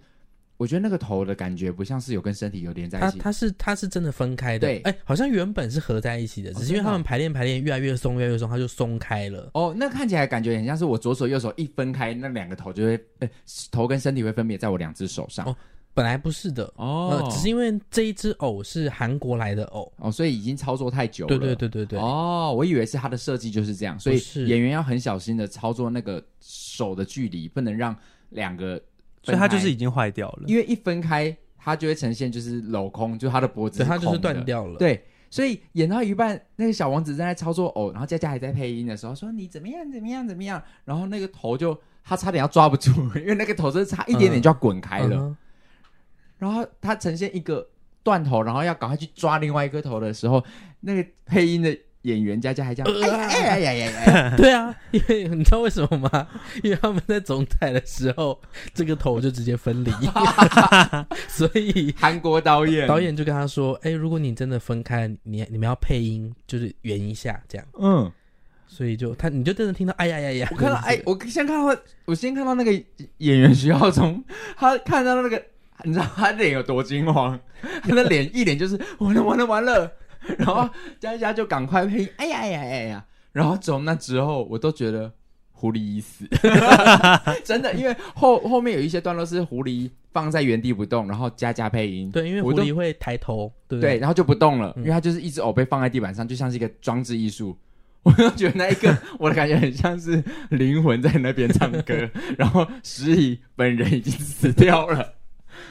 A: 我觉得那个头的感觉不像是有跟身体有连在一
B: 它
A: 起，
B: 它是它是真的分开的，
A: 对
B: 哎，好像原本是合在一起的，只是因为
A: 真的
B: 他
A: 啊
B: 们排练排练越来越松，越来越松，它就松开了。
A: 哦，那看起来感觉很像是我左手右手一分开，那两个头就会，呃，头跟身体会分别在我两只手上。
B: 哦本来不是的，
A: 哦
B: 呃，只是因为这一只偶是韩国来的偶，
A: 哦，所以已经操作太久了。
B: 对对对对对，
A: 哦，我以为是它的设计就是这样，所以
B: 不是
A: 演员要很小心的操作那个手的距离，不能让两个
C: 所
A: 分开。
C: 以他就是已经坏掉了。
A: 因为一分开，它就会呈现就是镂空，就它的脖子
B: 对，它就
A: 空
B: 是
A: 的
B: 断掉了。
A: 对，所以演到一半，那个小王子正在操作偶，然后佳佳还在配音的时候说你怎么样怎么样怎么样，然后那个头就他差点要抓不住，因为那个头真的差一点点就要滚开了。
B: 嗯哼
A: 然后他呈现一个断头，然后要赶快去抓另外一颗头的时候，那个配音的演员佳佳还这样，哎呀呀呀呀！
B: 对啊，因为你知道为什么吗？ 因为他们在总裁的时候，这个头就直接分 离，所以
A: 韩国导演，
B: 导，演就跟他说：“哎、如果你真的分开，你你们要配音，就是圆一下这样。
A: 嗯，”
B: 所以就他你就真的听到哎呀呀呀，
A: 我看到
B: 就是
A: 哎，我先看到，我先看到那个演员徐浩中，他看到那个，你知道他脸有多惊慌，他的脸一脸就是完了完了完了，然后佳佳就赶快配音，哎呀哎呀哎呀，然后从那之后我都觉得狐狸已死， 真的，因为后后面有一些段落是狐狸放在原地不动，然后佳佳配音，
B: 对，因为
A: 我
B: 狐
A: 都
B: 狸会抬头，对不嗯
A: 对，
B: 对？
A: 然后就不动了，因为它就是一只偶被放在地板上，就像是一个装置艺术。 我就觉得那一个， 我的感觉很像是灵魂在那边唱 歌，然后石以本人已经死掉了。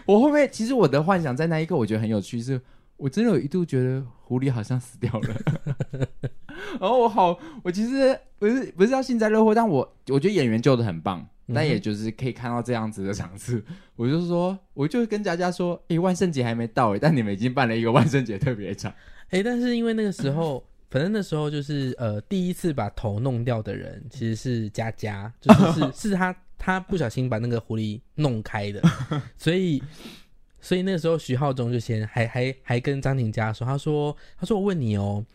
A: 我后面其实我的幻想在那一刻，我觉得很有趣，是我真的有一度觉得狐狸好像死掉了。 然后我好，我其实不是不是要幸灾乐祸，但我我觉得演员救的很棒，但也就是可以看到这样子的场次，我就说，我就跟佳佳说，诶、万圣节还没到诶、但你们已经办了一个万圣节特别场，
B: 哎、但是因为那个时候，反正那时候就是呃，第一次把头弄掉的人其实是佳佳，就是是是他他不小心把那个狐狸弄开的，所以所以那时候徐浩中就先还还还跟张婷佳说，他说他说我问你哦，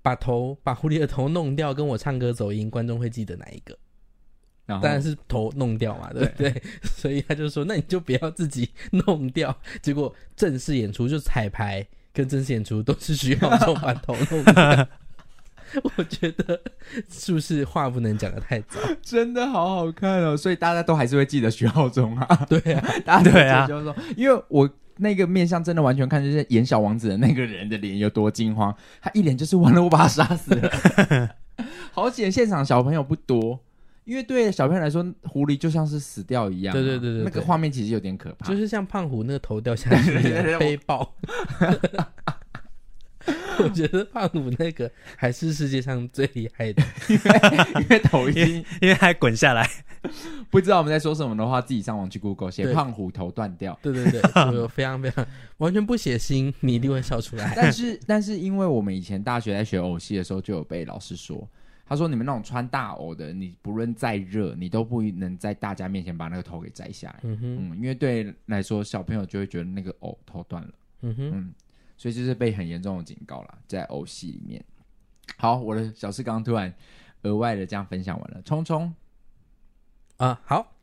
B: 把头把狐狸的头弄掉，跟我唱歌走音，观众会记得哪一个？
A: 然后
B: 当然是头弄掉嘛，对不对？ 所以他就说，那你就不要自己 弄掉。结果正式演出就彩排跟正式演出都是徐浩中把头弄掉。 我觉得是不是话不能讲的太早？
A: 真的好好看哦，所以大家都还是会记得徐浩中啊，
B: 对啊，
A: 大家
C: 对啊
A: 就是说，因为我。那个面相真的完全看就是演小王子的那个人的脸有多惊慌，他一脸就是完了，我把他杀死了。 好险，现场小朋友不多，因为对小朋友来说，狐狸就像是死掉一样啊、
B: 对对对对对
A: 那个画面其实有点可怕。
B: 就是像胖虎那个头掉下去
A: 对对对对
B: 背爆。 我觉得胖虎那个还是世界上最厉害的。
A: 因为头已
C: 因
A: 经
C: 为因为还滚下来，
A: 不知道我们在说什么的话，自己上网去 Google 写
B: 对
A: 胖虎头断掉。
B: 对对对，我非常非常完全不血腥，你一定会笑出来。
A: 但是，但是因为我们以前大学在学偶戏的时候，就有被老师说，他说你们那种穿大袄的，你不论再热，你都不能在大家面前把那个头给摘下来。
B: 嗯哼，
A: 嗯，因为对来说，小朋友就会觉得那个藕头断了，
B: 嗯哼。
A: 所以就是被很严重的警告啦，在偶戏里面。好，我的小事刚刚突然额外的这样分享完了，冲冲，
B: 啊，好。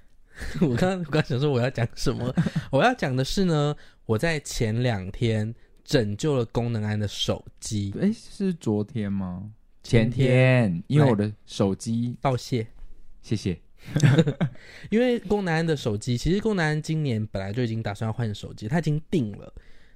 B: 我刚我刚想说我要讲什么，我要讲的是呢，我在前两天拯救了功能安的手机，
A: 哎，是昨天吗？前
B: 前天
A: 天，因为我的手机，
B: 道谢。
A: 谢谢。
B: 因为功能安的手机，其实功能安今年本来就已经打算要换手机，他已经定了，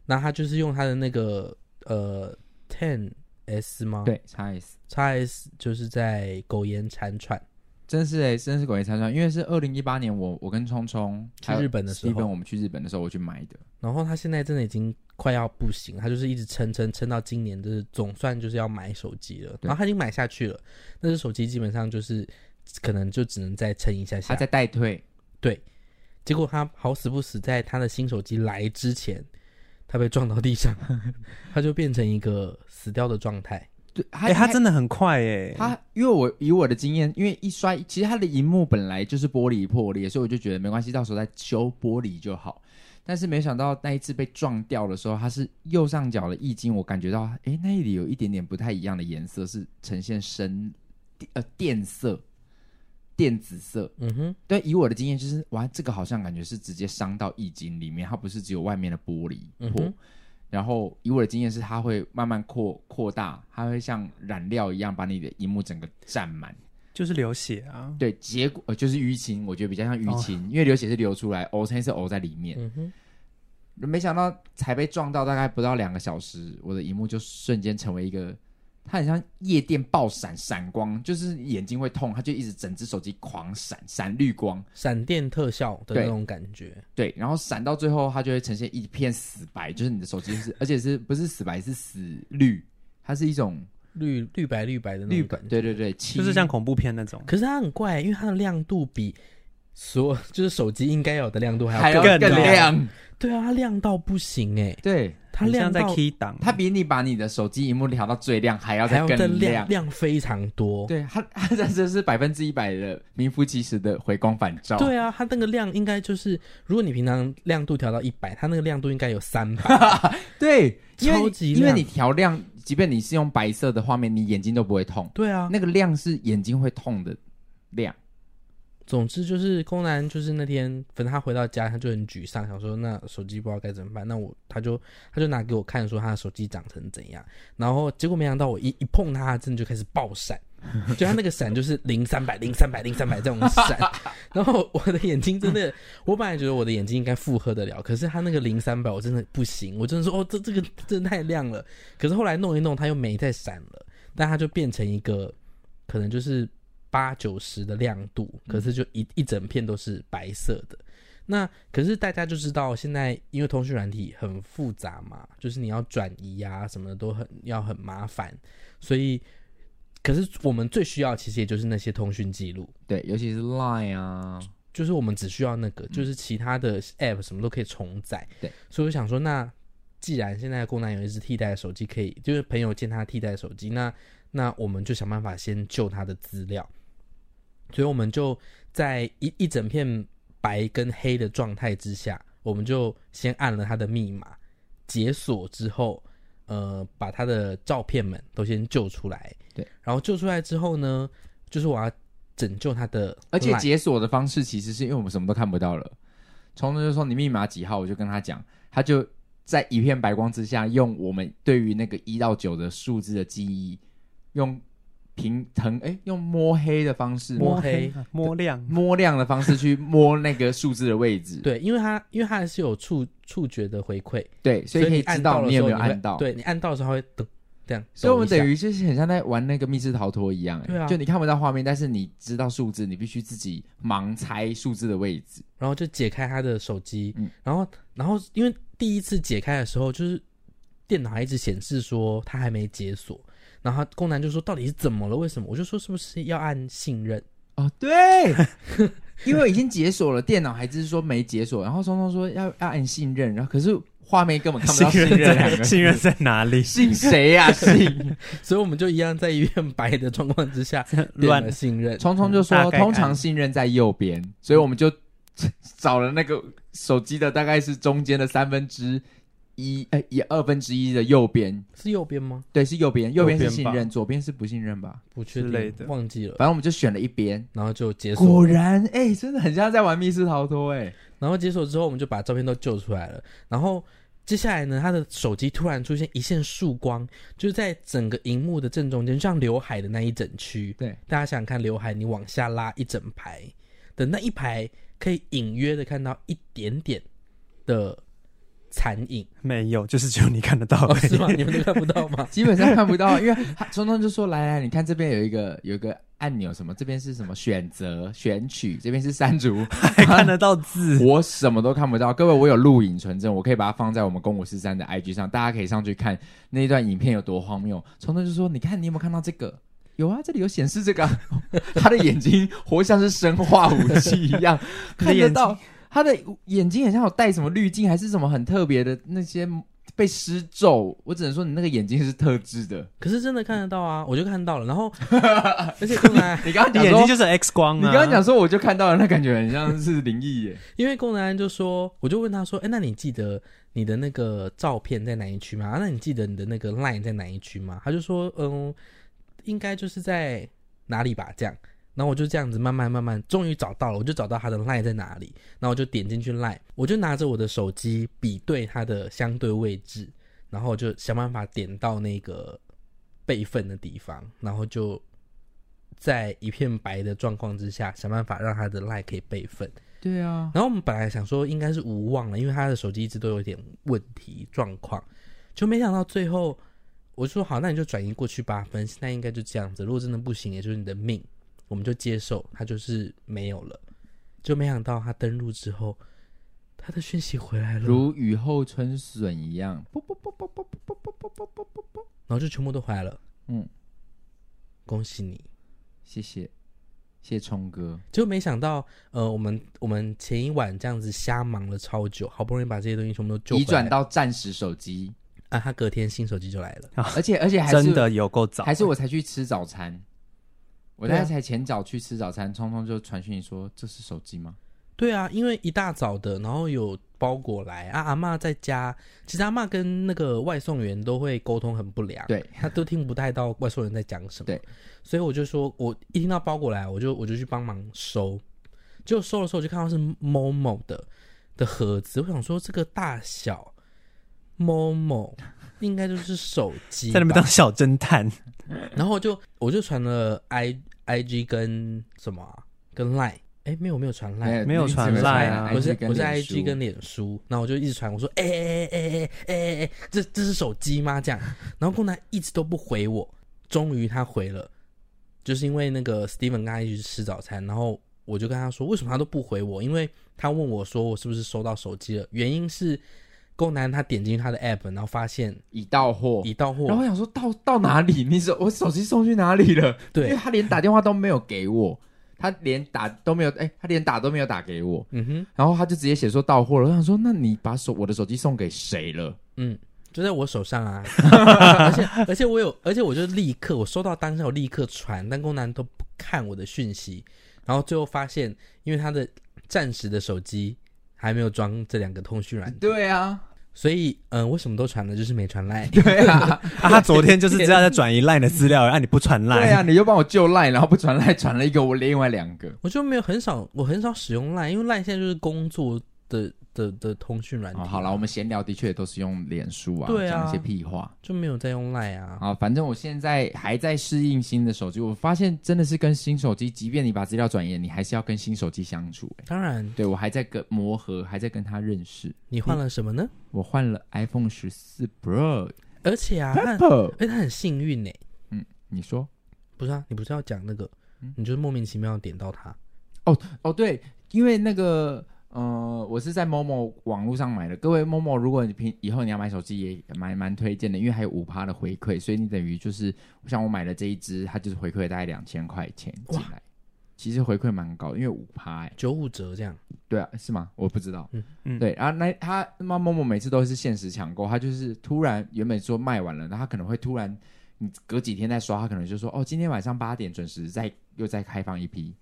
B: 那他就是用他的那个呃 Ten S 吗？
A: 对，差 S，
B: x S 就是在苟延残喘，
A: 真是哎、真是鬼夜参穿，因为是二零一八年我我跟聪聪
B: 去日本的时候
A: 日本我们去日本的时候我去买的，
B: 然后他现在真的已经快要不行，他就是一直撑撑撑到今年，就是总算就是要买手机了。
A: 对
B: 然后他已经买下去了，但是手机基本上就是可能就只能再撑一下
A: 他
B: 下。
A: 在代退，
B: 结果他好死不死，在他的新手机来之前，他被撞到地 上，他就变成一个死掉的状态。
A: 对，他、
B: 欸
C: 哎，他真的很快哎，
A: 他，因为我以我的经验，因为一摔，其实他的荧幕本来就是玻璃破裂，所以我就觉得没关系，到时候再修玻璃就好。但是没想到那一次被撞掉的时候，它是右上角的液晶，我感觉到，哎，那里有一点点不太一样的颜色，是呈现深，呃，电色，电紫色。
B: 嗯哼，
A: 对，以我的经验就是，哇，这个好像感觉是直接伤到易经里面，它不是只有外面的玻璃
B: 嗯
A: 破。
B: 哼
A: 然后以我的经验是，它会慢慢扩扩大，它会像染料一样把你的荧幕整个占满。
C: 就是流血啊，
A: 对，结果、呃、就是淤青，我觉得比较像淤青，因为流血是流出来，呕才是呕在里面。
B: 哦嗯哼，
A: 没想到才被撞到，大概不到两个小时，我的荧幕就瞬间成为一个，它很像夜店爆闪闪光，就是眼睛会痛，它就一直整只手机狂闪闪绿光。
B: 闪电特效的
A: 对
B: 那种感觉。
A: 对，然后闪到最后，它就会呈现一片死白，就是你的手机是，而且是不是死白是死绿，它是一种
B: 绿绿白绿白的那
A: 绿
B: 种
A: 白
B: 感，觉，
A: 对对对，漆
C: 就是像恐怖片那种。
B: 可是它很怪，因为它的亮度比所就是手机应该有的亮度还
A: 还
B: 要
A: 要
B: 更
C: 更
A: 更
C: 亮
A: 亮。
B: 对啊，它亮到不行哎、
A: 对，
B: 它
C: 很像
B: 亮
C: 在
B: 到
C: key 档，
A: 它比你把你的手机荧幕调到最亮还要
B: 还
A: 再
B: 要
A: 更
B: 更亮，亮非常多。
A: 对，它它这这是百分之一百的名副其实的回光返照。
B: 对啊，它那个亮应该就是，如果你平常亮度调到一百，它那个亮度应该有三百。
A: 对，因为
B: 超
A: 你
B: 级
A: 因为
B: 亮
A: 你调亮，即便你是用白色的画面，你眼睛都不会痛。
B: 对啊，
A: 那个亮是眼睛会痛的亮。
B: 总之就是宫南，就是那天，反正他回到家，他就很沮丧，想说那手机不知道该怎么办。那我他就他就拿给我看，说他的手机长成怎样。然后结果没想到我一一碰它，它真的就开始爆闪，就它那个闪就是零三百、零三百、零三百这种闪。然后我的眼睛真的，我本来觉得我的眼睛应该负荷得了，可是它那个零三百我真的不行，我真的说哦，这这个真的太亮了。可是后来弄一弄，它又没再闪了，但它就变成一个可能就是八九十的亮度，可是就一一整片都是白色的。那可是大家就知道，现在因为通讯软体很复杂嘛，就是你要转移啊什么的都很要很麻烦，所以可是我们最需要其实也就是那些通讯记录，
A: 对，尤其是 Line 啊，
B: 就是我们只需要那个，就是其他的 app 什么都可以重载。
A: 嗯对，
B: 所以我想说，那既然现在共南有一只替代的手机，可以就是朋友借他替代的手机，那那我们就想办法先救他的资料。所以我们就在一一整片白跟黑的状态之下，我们就先按了他的密码，解锁之后，呃，把他的照片们都先救出来。
A: 对，
B: 然后救出来之后呢，就是我要拯救他的 line，
A: 而且解锁的方式其实是因为我们什么都看不到了。虫虫就说你密码几号，我就跟他讲，他就在一片白光之下，用我们对于那个一到九的数字的记忆，用平腾哎、用摸黑的方式，
B: 摸黑
C: 啊摸亮，
A: 摸亮的方式去摸那个数字的位置，
B: 对，因为它因为它还是有触触觉的回馈，
A: 对，所
B: 所
A: 以可
B: 你
A: 以
B: 按
A: 知
B: 到
A: 道
B: 的
A: 你有没
B: 时
A: 有
B: 候会
A: 按到。
B: 对你按到的时候它会噔这样，
A: 所以我们
B: 抖一下
A: 等于就是很像在玩那个密室逃脱一样、哎
B: 对啊
A: 就你看不到画面，但是你知道数字，你必须自己盲猜数字的位置。
B: 然后就解开他的手机，
A: 嗯
B: 然后然后因为第一次解开的时候，就是电脑还一直显示说他还没解锁，然后宫南就说到底是怎么了？为什么？我就说是不是要按信任？
A: 哦，对，因为已经解锁了，电脑还只是说没解锁，然后聪聪说要要按信任，然后可是画面根本看不到信任 两
C: 在
A: 个
C: 信任
A: 字。
C: 在哪里？
A: 信谁呀、信
B: 所以我们就一样在一片白的状况之下点
C: 乱
B: 了信任，
A: 聪聪就
C: 大
A: 说，
C: 概按
A: 通常信任在右边，所以我们就找了那个手机的大概是中间的三分之一，哎，一二分之一的右边，
B: 是右边吗？
A: 对，是右边，右边是
C: 右边
A: 信
C: 吧
A: 任，左边是不信任吧？
B: 不确
C: 之类的
B: 定，忘记了。
A: 反正我们就选了一边，
B: 然后就解锁了，
A: 果然，哎、真的很像在玩密室逃脱、哎，
B: 然后解锁之后，我们就把照片都救出来了。然后接下来呢，他的手机突然出现一线曙光，就是在整个荧幕的正中间，就像刘海的那一整区。
A: 对，
B: 大家想想看，刘海你往下拉一整排的那一排，可以隐约的看到一点点的残影，
C: 没有，就是只有你看得到
B: 哦，
C: 而
B: 是吗？
C: 已。
B: 你们都看不
A: ？
B: 到吗
A: 基本上看不到，因为他聪聪就说：“来来，你看这边有一个有一个按钮，什么这边是什么选择选取，这边是删 除，
C: 还哎看得 到字，
A: 我什么都看不到。各位，我有录影存证，我可以把它放在我们公五四三的 IG 上，大家可以上去看那一段影片有多荒谬。”聪聪就说：“你看，你有没有看到这个？”有啊，这里有显示这个啊、 他的眼睛活像是生化武器一样， 看得到他的眼睛很像有带什么滤镜，还是什么很特别的那些被施咒。我只能说，你那个眼睛是特制的。
B: 可是真的看得到啊，我就看到了。然后，而且后来。
A: 你刚刚
C: 你
A: 讲
C: 眼睛
A: 说，
C: 就是 X 光啊！
A: 你刚刚讲说，我就看到了，那感觉很像是灵异耶。
B: 因为龚南安就说，我就问他说，哎，那你记得你的那个照片在哪一区吗？啊那你记得你的那个 line 在哪一区吗？他就说，嗯，应该就是在哪里吧，这样。然后我就这样子慢慢慢慢，终于找到了，我就找到他的 line 在哪里，然后我就点进去 line，我就拿着我的手机比对它的相对位置，然后我就想办法点到那个备份的地方，然后就在一片白的状况之下，想办法让他的 line 可以备份。
A: 对啊，
B: 然后我们本来想说应该是无望了，因为他的手机一直都有点问题状况，就没想到最后我说好，那你就转移过去吧，反正现在应该就这样子。如果真的不行，也就是你的命，我们就接受，他就是没有了。就没想到他登录之后，他的讯息回来了，
A: 如雨后春笋一样。啵啵啵啵啵啵啵啵啵啵啵啵。
B: 然后就全部都回来了。
A: 嗯，
B: 恭喜你，
A: 谢谢。谢谢冲哥，
B: 就没想到，呃，我们我们前一晚这样子瞎忙了超久，好不容易把这些东西全部都救
A: 移
B: 回来
A: 转到暂时手机，
B: 啊，他隔天新手机就来了。
A: 而且而且还是
C: 真的有够早，
A: 还是我才去吃早餐，我大
B: 对
A: 概
B: 啊
A: 才前早去吃早餐，聪聪就传讯说这是手机吗？
B: 对啊，因为一大早的，然后有包裹来啊，阿嬷在家，其实阿嬷跟那个外送员都会沟通很不良，
A: 对，
B: 她都听不太到外送员在讲什么，
A: 对，
B: 所以我就说，我一听到包裹来，我就我就去帮忙收，就收的时候我就看到是某某的的盒子，我想说这个大小某某应该就是手机吧，
C: 在那边当小侦探，
B: 然后我就我就传了 i i g 跟什么啊、跟 line，哎，没有没有传 line，
A: 哎
C: 没有
A: 你
C: 传
A: 怎么传
C: Line 啊
B: 我是我是
A: 脸书
B: IG 跟脸书，然后我就一直传，我说哎哎哎哎哎哎，这这是手机吗？这样，然后公男一直都不回我，终于他回了，就是因为那个 Steven 跟他一起去吃早餐，然后我就跟他说为什么他都不回我，因为他问我说我是不是收到手机了，原因是公男他点进去他的 app，然后发现
A: 已到货，
B: 已到货，
A: 然后我想说到到哪里？ 你手我手机送去哪里了？
B: 对
A: 因为他连打电话都没有给我，他连打都没有，哎、他连打都没有打给我，
B: 嗯哼，
A: 然后他就直接写说到货了。我想说，那你把手我的手机送给谁了？
B: 嗯。就在我手 上啊，而且而且我有，而且我就立刻我收到当下我立刻传，但工男都不看我的讯息，然后最后发现，因为他的暂时的手机还没有装这两个通讯软件，
A: 对啊，
B: 所以嗯、呃我什么都传了，就是没传来。
A: 对啊，
C: 啊，他昨天就是知道在转移 line 的 资料，然、后哎你不传 line，
A: 对啊，你就帮我救赖，然后不传赖，传了一个，我另外两个。
B: 我就没有很少，我很少使用 Line，因为 Line 现在就是工作的的的通讯软
A: 哦，
B: 件，
A: 好了，我们闲聊的确也都是用脸书啊，
B: 对啊
A: 讲一些屁话
B: 就没有在用 Line 啊。
A: 啊。反正我现在还在适应新的手机，我发现真的是跟新手机，即便你把资料转移了，你还是要跟新手机相处、欸。
B: 当然，
A: 对我还在跟磨合，还在跟他认识。
B: 你换了什么呢？
A: 我换了 iPhone 十四 Pro。
B: 而且啊，他
A: 哦
B: 哎、他很幸运呢、
A: 你说？
B: 不是啊，你不是要讲那个，
A: 嗯
B: 你就是莫名其妙地点到他。
A: 哦，对，因为那个呃，我是在 Momo 网络上买的。各位 Momo，如果你平以后你要买手机，也蛮蛮推荐的，因为还有五趴的回馈，所以你等于就是像我买的这一支，它就是回馈了大概两千块钱进来。其实回馈蛮高的，因为五趴哎，
B: 九五折这样，
A: 对啊，是吗？我不知道，
B: 嗯
C: 嗯
A: 对，然后那他那某某每次都是限时抢购，他就是突然原本说卖完了，然后他可能会突然，你隔几天再刷，他可能就说哦，今天晚上八点准时再又再开放一批，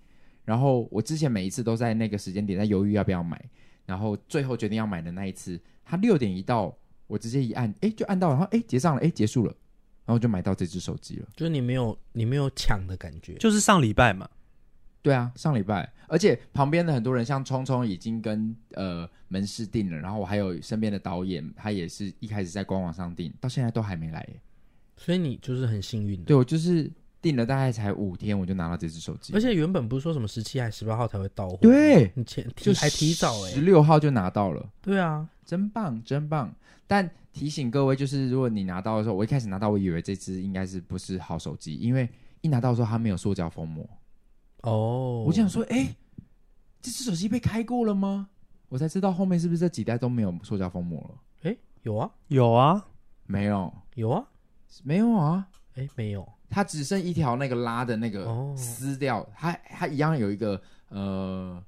A: 然后我之前每一次都在那个时间点在犹豫要不要买，然后最后决定要买的那一次，他六点一到，我直接一按，哎，就按到，然后哎结账了，哎结束了，然后就买到这只手机了。
B: 就是你没有你没有抢的感觉，
C: 就是上礼拜嘛，
A: 对啊，上礼拜，而且旁边的很多人，像聪聪已经跟呃门市订了，然后我还有身边的导演，他也是一开始在官网上订，到现在都还没来耶。
B: 所以你就是很幸运的。
A: 对我就是订了大概才五天，我就拿到这只手机，
B: 而且原本不是说什么十七还十八号才会到货，
A: 对，
B: 你前提
A: 就
B: 还提早哎、
A: 十六号就拿到了，
B: 对啊，
A: 真棒真棒。但提醒各位，就是如果你拿到的时候，我一开始拿到，我以为这只应该是不是好手机，因为一拿到的时候它没有塑胶封膜，
B: 哦，
A: 我就想说，哎、这只手机被开过了吗？我才知道后面是不是这几代都没有塑胶封膜了。
B: 哎、有啊
C: 有啊，
A: 没有，
B: 有啊，
A: 没有啊，
B: 哎、没有，
A: 它只剩一条那个拉的那个
B: 哦
A: 撕掉，它它一样有一个呃，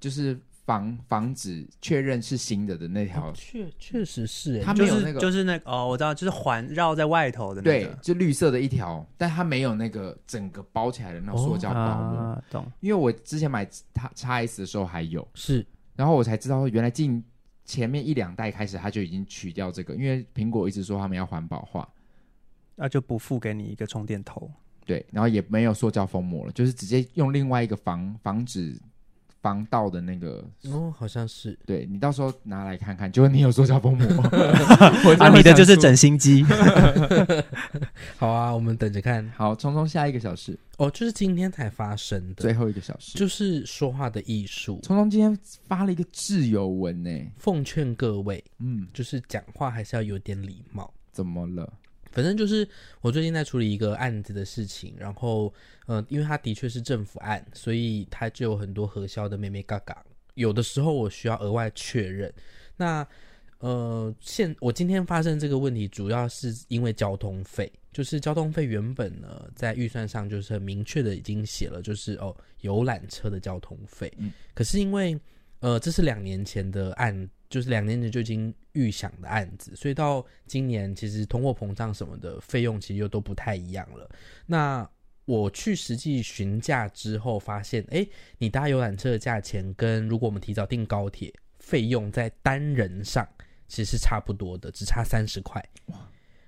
A: 就是防防止确认是新的的那条
B: 哦，确确实是哎、
A: 他
C: 就
A: 没有那
C: 是
A: 个，
C: 就是那个哦，我知道，就是环绕在外头的那
A: 对
C: 个，
A: 就绿色的一条，但它没有那个整个包起来的那种塑胶包膜。
C: 啊，懂。
A: 因为我之前买它叉 S 的时候还有，
B: 是
A: 然后我才知道原来进前面一两代开始，它就已经取掉这个，因为苹果一直说他们要环保化，
C: 那就不付给你一个充电头，
A: 对，然后也没有塑胶封膜了，就是直接用另外一个防防止防盗的那个，
B: 哦，好像是
A: 对你到时候拿来看看，结果你有塑胶封膜，我真
C: 啊，你的就
A: 想
C: 是
A: 说
C: 整新机，
B: 好啊，我们等着看
A: 好，匆匆下一个小时，
B: 哦，就是今天才发生的，
A: 最后一个小时，
B: 就是说话的艺术。
A: 匆匆今天发了一个自由文呢、
B: 奉劝各位，
A: 嗯，
B: 就是讲话还是要有点礼貌。
A: 怎么了？
B: 反正就是我最近在处理一个案子的事情，然后呃，因为它的确是政府案，所以它就有很多核销的妹妹嘎嘎。有的时候我需要额外确认，那呃，现我今天发生这个问题，主要是因为交通费，就是交通费原本呢在预算上就是很明确的已经写了，就是哦游览车的交通费，
A: 嗯
B: 可是因为呃这是两年前的案，就是两年前就已经预想的案子，所以到今年其实通货膨胀什么的费用其实又都不太一样了。那我去实际询价之后发现，哎，你搭游览车的价钱跟如果我们提早订高铁费用在单人上其实是差不多的，只差三十块。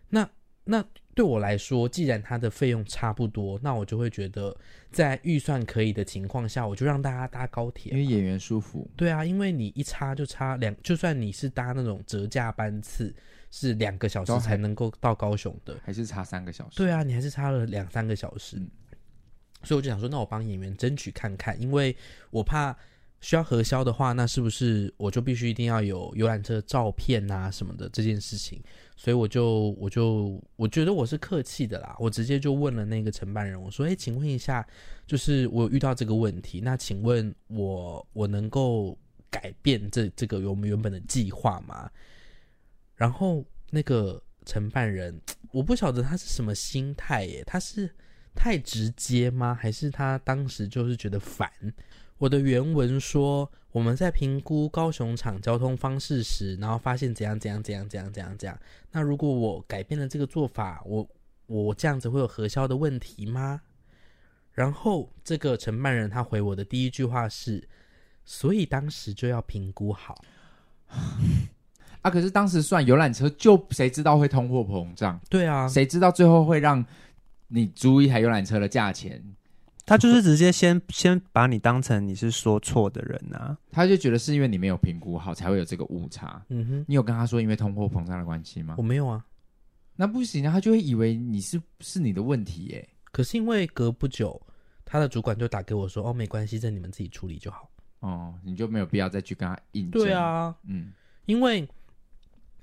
B: 那那对我来说，既然它的费用差不多，那我就会觉得在预算可以的情况下，我就让大家搭高铁
A: 因
B: 嘛。
A: 为演员舒服，
B: 对啊，因为你一差就差两，就算你是搭那种折价班次，是两个小时
A: 都还
B: 才能够到高雄的，
A: 还是差三个小时。
B: 对啊，你还是差了两三个小时，
A: 嗯
B: 所以我就想说，那我帮演员争取看看，因为我怕需要核销的话，那是不是我就必须一定要有游览车的照片啊什么的这件事情？所以我就我就我觉得我是客气的啦，我直接就问了那个承办人，我说：“哎，请问一下，就是我有遇到这个问题，那请问我我能够改变这这个我们原本的计划吗？”然后那个承办人，我不晓得他是什么心态耶，他是太直接吗？还是他当时就是觉得烦？我的原文说，我们在评估高雄场交通方式时，然后发现怎样怎样怎样怎样怎样怎样。那如果我改变了这个做法，我我这样子会有核销的问题吗？然后这个承办人他回我的第一句话是，所以当时就要评估好。
A: 啊，可是当时算游览车，就谁知道会通货膨胀？
B: 对啊，
A: 谁知道最后会让你租一台游览车的价钱？
C: 他就是直接先先把你当成你是说错的人啊，
A: 他就觉得是因为你没有评估好，才会有这个误差。
B: 嗯哼，
A: 你有跟他说因为通货膨胀的关系吗
B: 我？没有啊。
A: 那不行啊，他就会以为你是是你的问题耶。
B: 可是因为隔不久，他的主管就打给我说：“哦，没关系，这你们自己处理就好。
A: 哦，你就没有必要再去跟他印”证。
B: 对，啊，
A: 嗯，
B: 因为因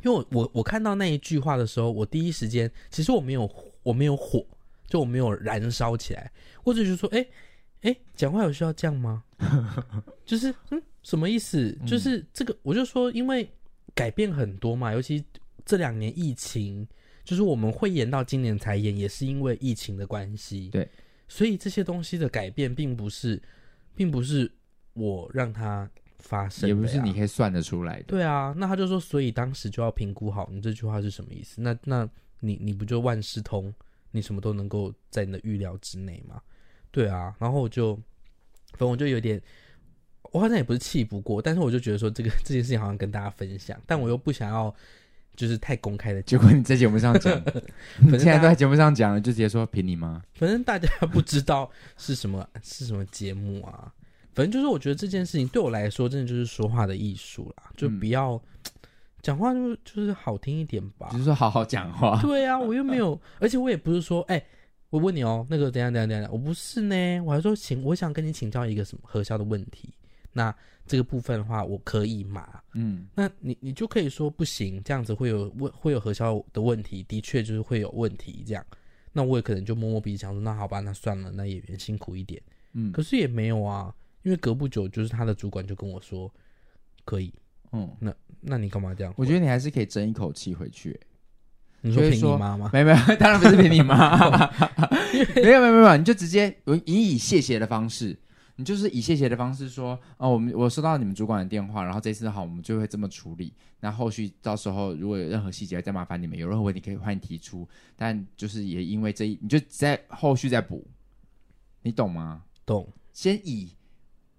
B: 为我我我看到那一句话的时候，我第一时间其实我没有我没有火，就我没有燃烧起来，我只是说：“哎哎，讲话有需要这样吗？” 就是嗯，什么意思？
A: 嗯
B: 就是这个，我就说，因为改变很多嘛，尤其这两年疫情，就是我们会延到今年才延，也是因为疫情的关系。
A: 对，
B: 所以这些东西的改变，并不是，并不是我让它发生、啊
A: 也不是你。可以算得出来的。
B: 对啊，那他就说，所以当时就要评估好，你这句话是什么意思？那那你你不就万事通，你什么都能够在你的预料之内吗？对啊，然后我就，反正我就有点，我好像也不是气不过，但是我就觉得说这个 这件事情好像跟大家分享，但我又不想要就是太公开的
A: 结果你在节目上 讲，你
B: 正
A: 现在
B: 大
A: 都在节目上讲了，就直接说凭你吗？
B: 反正大家不知道是什么 是什么节目啊。反正就是我觉得这件事情对我来说，真的就是说话的艺术啦，就
A: 嗯
B: 不要、讲话就是就是好听一点吧
A: 只。是说好好讲话。
B: 啊对啊，我又没 有，而且我也不是说，哎、我问你哦，那个等一下等一下等一下，我不是呢，我还说请，我想跟你请教一个什么核销的问题。那这个部分的话，我可以吗？
A: 嗯，
B: 那你你就可以说不行，这样子会有问会有核销的问题，的确就是会有问题这样。那我也可能就摸摸鼻子想说，那好吧，那算了，那演员辛苦一点。
A: 嗯
B: 可是也没有啊，因为隔不久就是他的主管就跟我说，可以，
A: 嗯，
B: 那你干嘛这样？
A: 我觉得你还是可以争一口气回去。
B: 你
A: 就
B: 说
A: 会
B: 骗
A: 说
B: 你妈吗？
A: 没有没有，当然不是凭你妈，没有没有没有，你就直接你以谢谢的方式，你就是以谢谢的方式说，哦，我们我收到你们主管的电话，然后这次好，我们就会这么处理。那后续到时候如果有任何细节再麻烦你们，有任何问题可以欢迎提出，但就是也因为这一，你就在后续再补，你懂吗？
B: 懂，
A: 先以。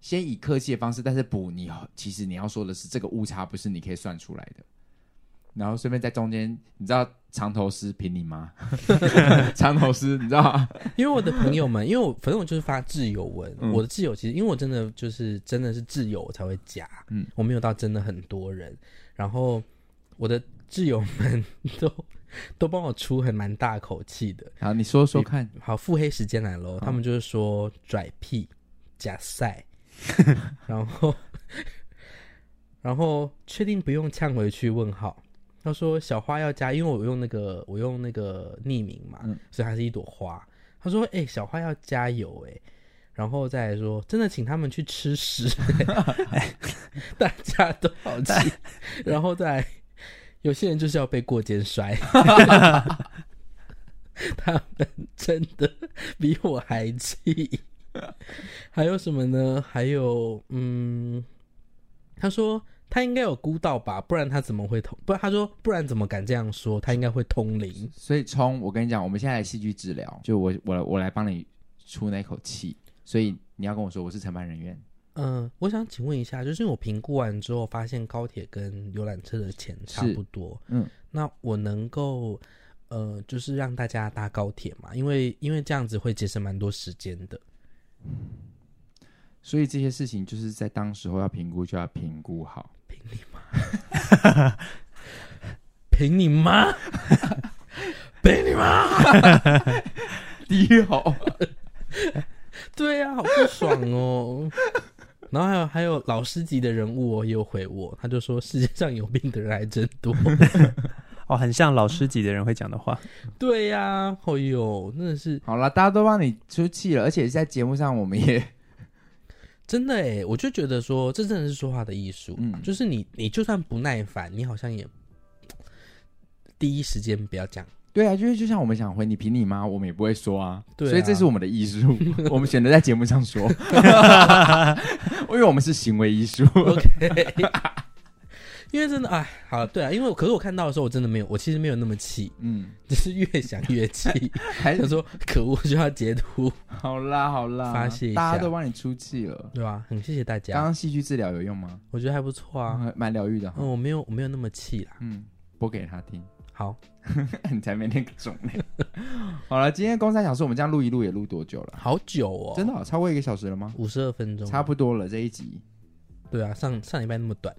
A: 先以客气的方式，但是补你其实你要说的是，这个误差不是你可以算出来的。然后顺便在中间，你知道长头诗凭你 妈，长头诗你知道吗？
B: 因为我的朋友们，因为我反正我就是发挚友文，
A: 嗯
B: 我的挚友其实因为我真的就是真的是挚友我才会加，
A: 嗯
B: 我没有到真的很多人，然后我的挚友们 都都帮我出很蛮大口气的。
A: 好，你说说看，
B: 好，腹黑时间来喽，他们就是说拽屁、假赛，然后 然后确定不用呛回去？问号。他说小花要加，因为我用那个我用那个匿名嘛，
A: 嗯
B: 所以它是一朵花。他说：“哎、小花要加油哎、然后再来说，真的请他们去哎 吃屎、大家都好气。然后再来有些人就是要被过肩 摔，他们真的比我还气。还有什么呢？还有，嗯，他说他应该有估到吧，不然他怎么会通？不然他说不然怎么敢这样说？他应该会通灵。
A: 所以冲，我跟你讲，我们现在来戏剧治疗，就我我来我来帮你出那口气，所以你要跟我说我是承办人员，
B: 嗯、我想请问一下，就是我评估完之后发现高铁跟游览车的钱差
A: 是
B: 不多，
A: 嗯，
B: 那我能够呃，就是让大家搭高铁嘛，因为因为这样子会节省蛮多时间的。
A: 所以这些事情就是在当时候要评估就要评估好。
B: 凭你妈！凭你妈！凭你妈！
A: 低吼，
B: 对啊呀、好不爽哦。然后还有还有老师级的人物哦，也有回我，他就说世界上有病的人还真多。
C: 哦，很像老师级的人会讲的话。
B: 对呀、哎呦，真的是
A: 好了，大家都帮你出气了，而且在节目上我们也
B: 真的哎，我就觉得说这真的是说话的艺术，啊
A: 嗯
B: 就是你你就算不耐烦，你好像也嗯第一时间不要 讲。
A: 对啊，就是就像我们想回你评你妈，我们也不会说啊，
B: 对啊
A: 所以这是我们的艺 术，我们选择在节目上说，因为我们是行为艺 术。
B: OK，因为真的哎，好对啊，因为我可是我看到的时候，我真的没有，我其实没有那么气，
A: 嗯，
B: 只是越想越 气，
A: 还
B: 想
A: 是
B: 说可恶就要截图，
A: 好啦好啦，
B: 发泄一下
A: 大家都帮你出气了。
B: 对吧、很谢谢大
A: 刚
B: 家，
A: 刚戏剧治疗有用吗？
B: 我觉得还不错啊。
A: 啊，蛮疗愈的哈
B: 嗯，。我没有，我没有那么气啦。
A: 嗯，播给他听，
B: 好，
A: 你才没那个种呢。 好了，今天公三小时我们这样录一录也录多久了？
B: 好久哦，
A: 真的哦、超过一个小时了吗？
B: 五十二分钟，
A: 差不多了，这一集
B: 对啊，上上礼拜那么短，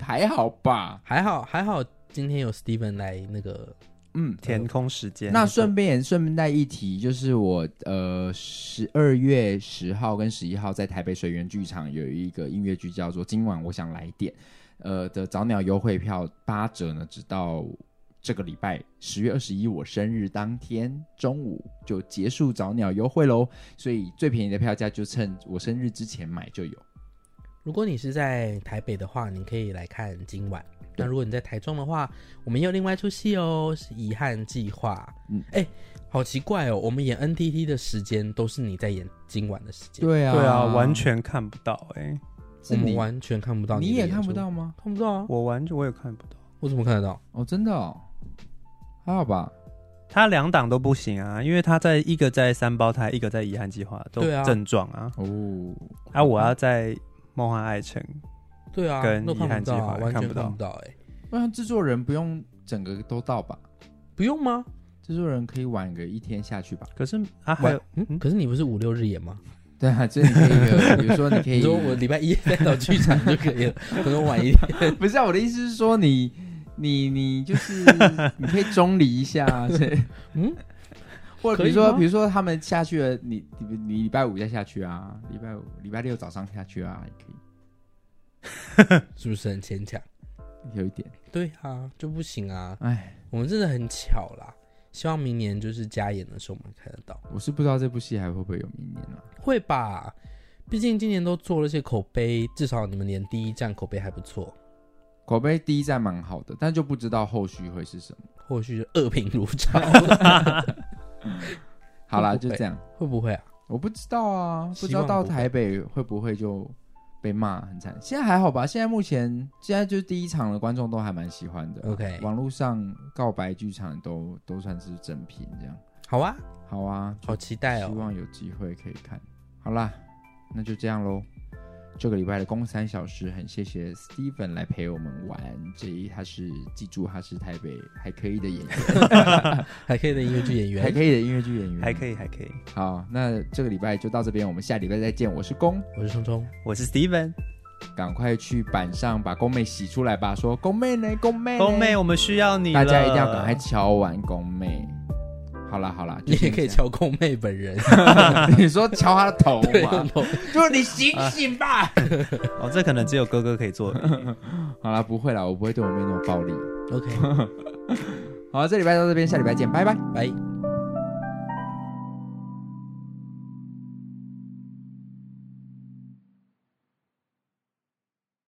A: 还好吧？
B: 还好还好，今天有 Steven 来那个，
A: 嗯，
C: 填空时间，
A: 那顺便也顺带一提，就是我呃十二月十号跟十一号在台北水源剧场有一个音乐剧叫做《今晚我想来点》，呃的早鸟优惠票八折呢，直到这个礼拜十月二十一我生日当天中午就结束早鸟优惠喽，所以最便宜的票价就趁我生日之前买就有。
B: 如果你是在台北的话，你可以来看今晚。那如果你在台中的话，我们也有另外一出戏哦，是《遗憾计划》。嗯
A: 嗯，
B: 哎、好奇怪哦，我们演 NTT 的时间都是你在演今晚的时间，
A: 对啊，
C: 对啊，完全看不到哎、
B: 我
A: 是
B: 们
A: 你
B: 完全看不到
A: 你
B: 的
A: 也
B: 演
A: 看不
B: 出，
A: 到吗？
B: 看不到啊，
C: 我完全我也看不到。
B: 我怎么看得到？
A: 哦，真的哦，还好吧。
C: 他两档都不行啊，因为他在一个在三胞胎，一个在遗憾计划都
B: 对啊
C: 症状啊。
A: 哦，
C: 啊，我要在梦幻爱城，
B: 对啊，
C: 跟
B: 都
C: 遗
B: 看
C: 憾
B: 不到
C: 计划
B: 啊，完全
C: 看不到
B: 看不到、哎，
A: 我想制作人不用整个都到吧？
B: 不用吗？
A: 制作人可以晚个一天下去吧？
C: 可是啊还有
B: 嗯，可是你不是五六日演吗？
A: 对啊，这你可以有，比如说你可以，
B: 你说我礼拜一带到剧场就可以了，可能晚一 点。
A: 不是啊，我的意思是说你你你就是 你可以中离一下啊， 是
B: 嗯，
A: 或者
B: 可
A: 比如
B: 以
A: 说
B: 吗
A: 比如说他们下去了，你你你礼拜五再下去啊，礼拜五礼拜六早上下去啊，也可
B: 是不是很牵强？
A: 以有一点，
B: 对啊，就不行啊，
A: 哎，
B: 我们真的很巧啦。希望明年就是加演的时候我们看得到，
A: 我是不知道这部戏还会不会有明年啊了、
B: 会吧？毕竟今年都做了一些口碑，至少你们连第一站口碑还不错，
A: 口碑第一站蛮好的，但就不知道后续会是什么。
B: 或许就恶评如 潮，嗯
A: 好啦，
B: 会不
A: 就
B: 会
A: 这样，
B: 会不会啊？
A: 我不知道啊，不知
B: 希望
A: 道到
B: 不会
A: 台北会不会就被骂很惨。现在还好吧？现在目前现在就是第一场的观众都还蛮喜欢的啊。
B: OK
A: 网络上告白剧场都都算是正品这样。
B: 好啊，
A: 好啊，
B: 好期待
A: 希
B: 哦。
A: 望有机会可以看。好啦，那就这样喽。这个礼拜的公三小时，很谢谢 Steven 来陪我们玩。这一他是记住他是台北还可以的演 员，
B: 还可以的音乐剧演
A: 还
B: 员，
A: 可以的音乐剧演员，
C: 还可
A: 以。
C: 以还可以，
A: 好，那这个礼拜就到这边，我们下礼拜再见。我是公。
B: 我是聪聪，
C: 我是 Steven，
A: 赶快去板上把宫妹洗出来吧！说宫妹呢，宫妹，
C: 宫妹，，我们需要你了，
A: 大家一定要赶快敲完宫妹。好啦好啦，
B: 你也可以
A: 敲，
B: 敲空妹 本人，
A: 你说敲她的头
B: 对，
A: 嘛？
B: 我
A: 就是你醒醒吧！
C: 哦，这可能只有哥哥可以做而已。
A: 好啦，不会啦，我不会对我妹那么暴力。
B: OK，
A: 好，这礼拜到这边，下礼拜见，拜拜。
B: 拜。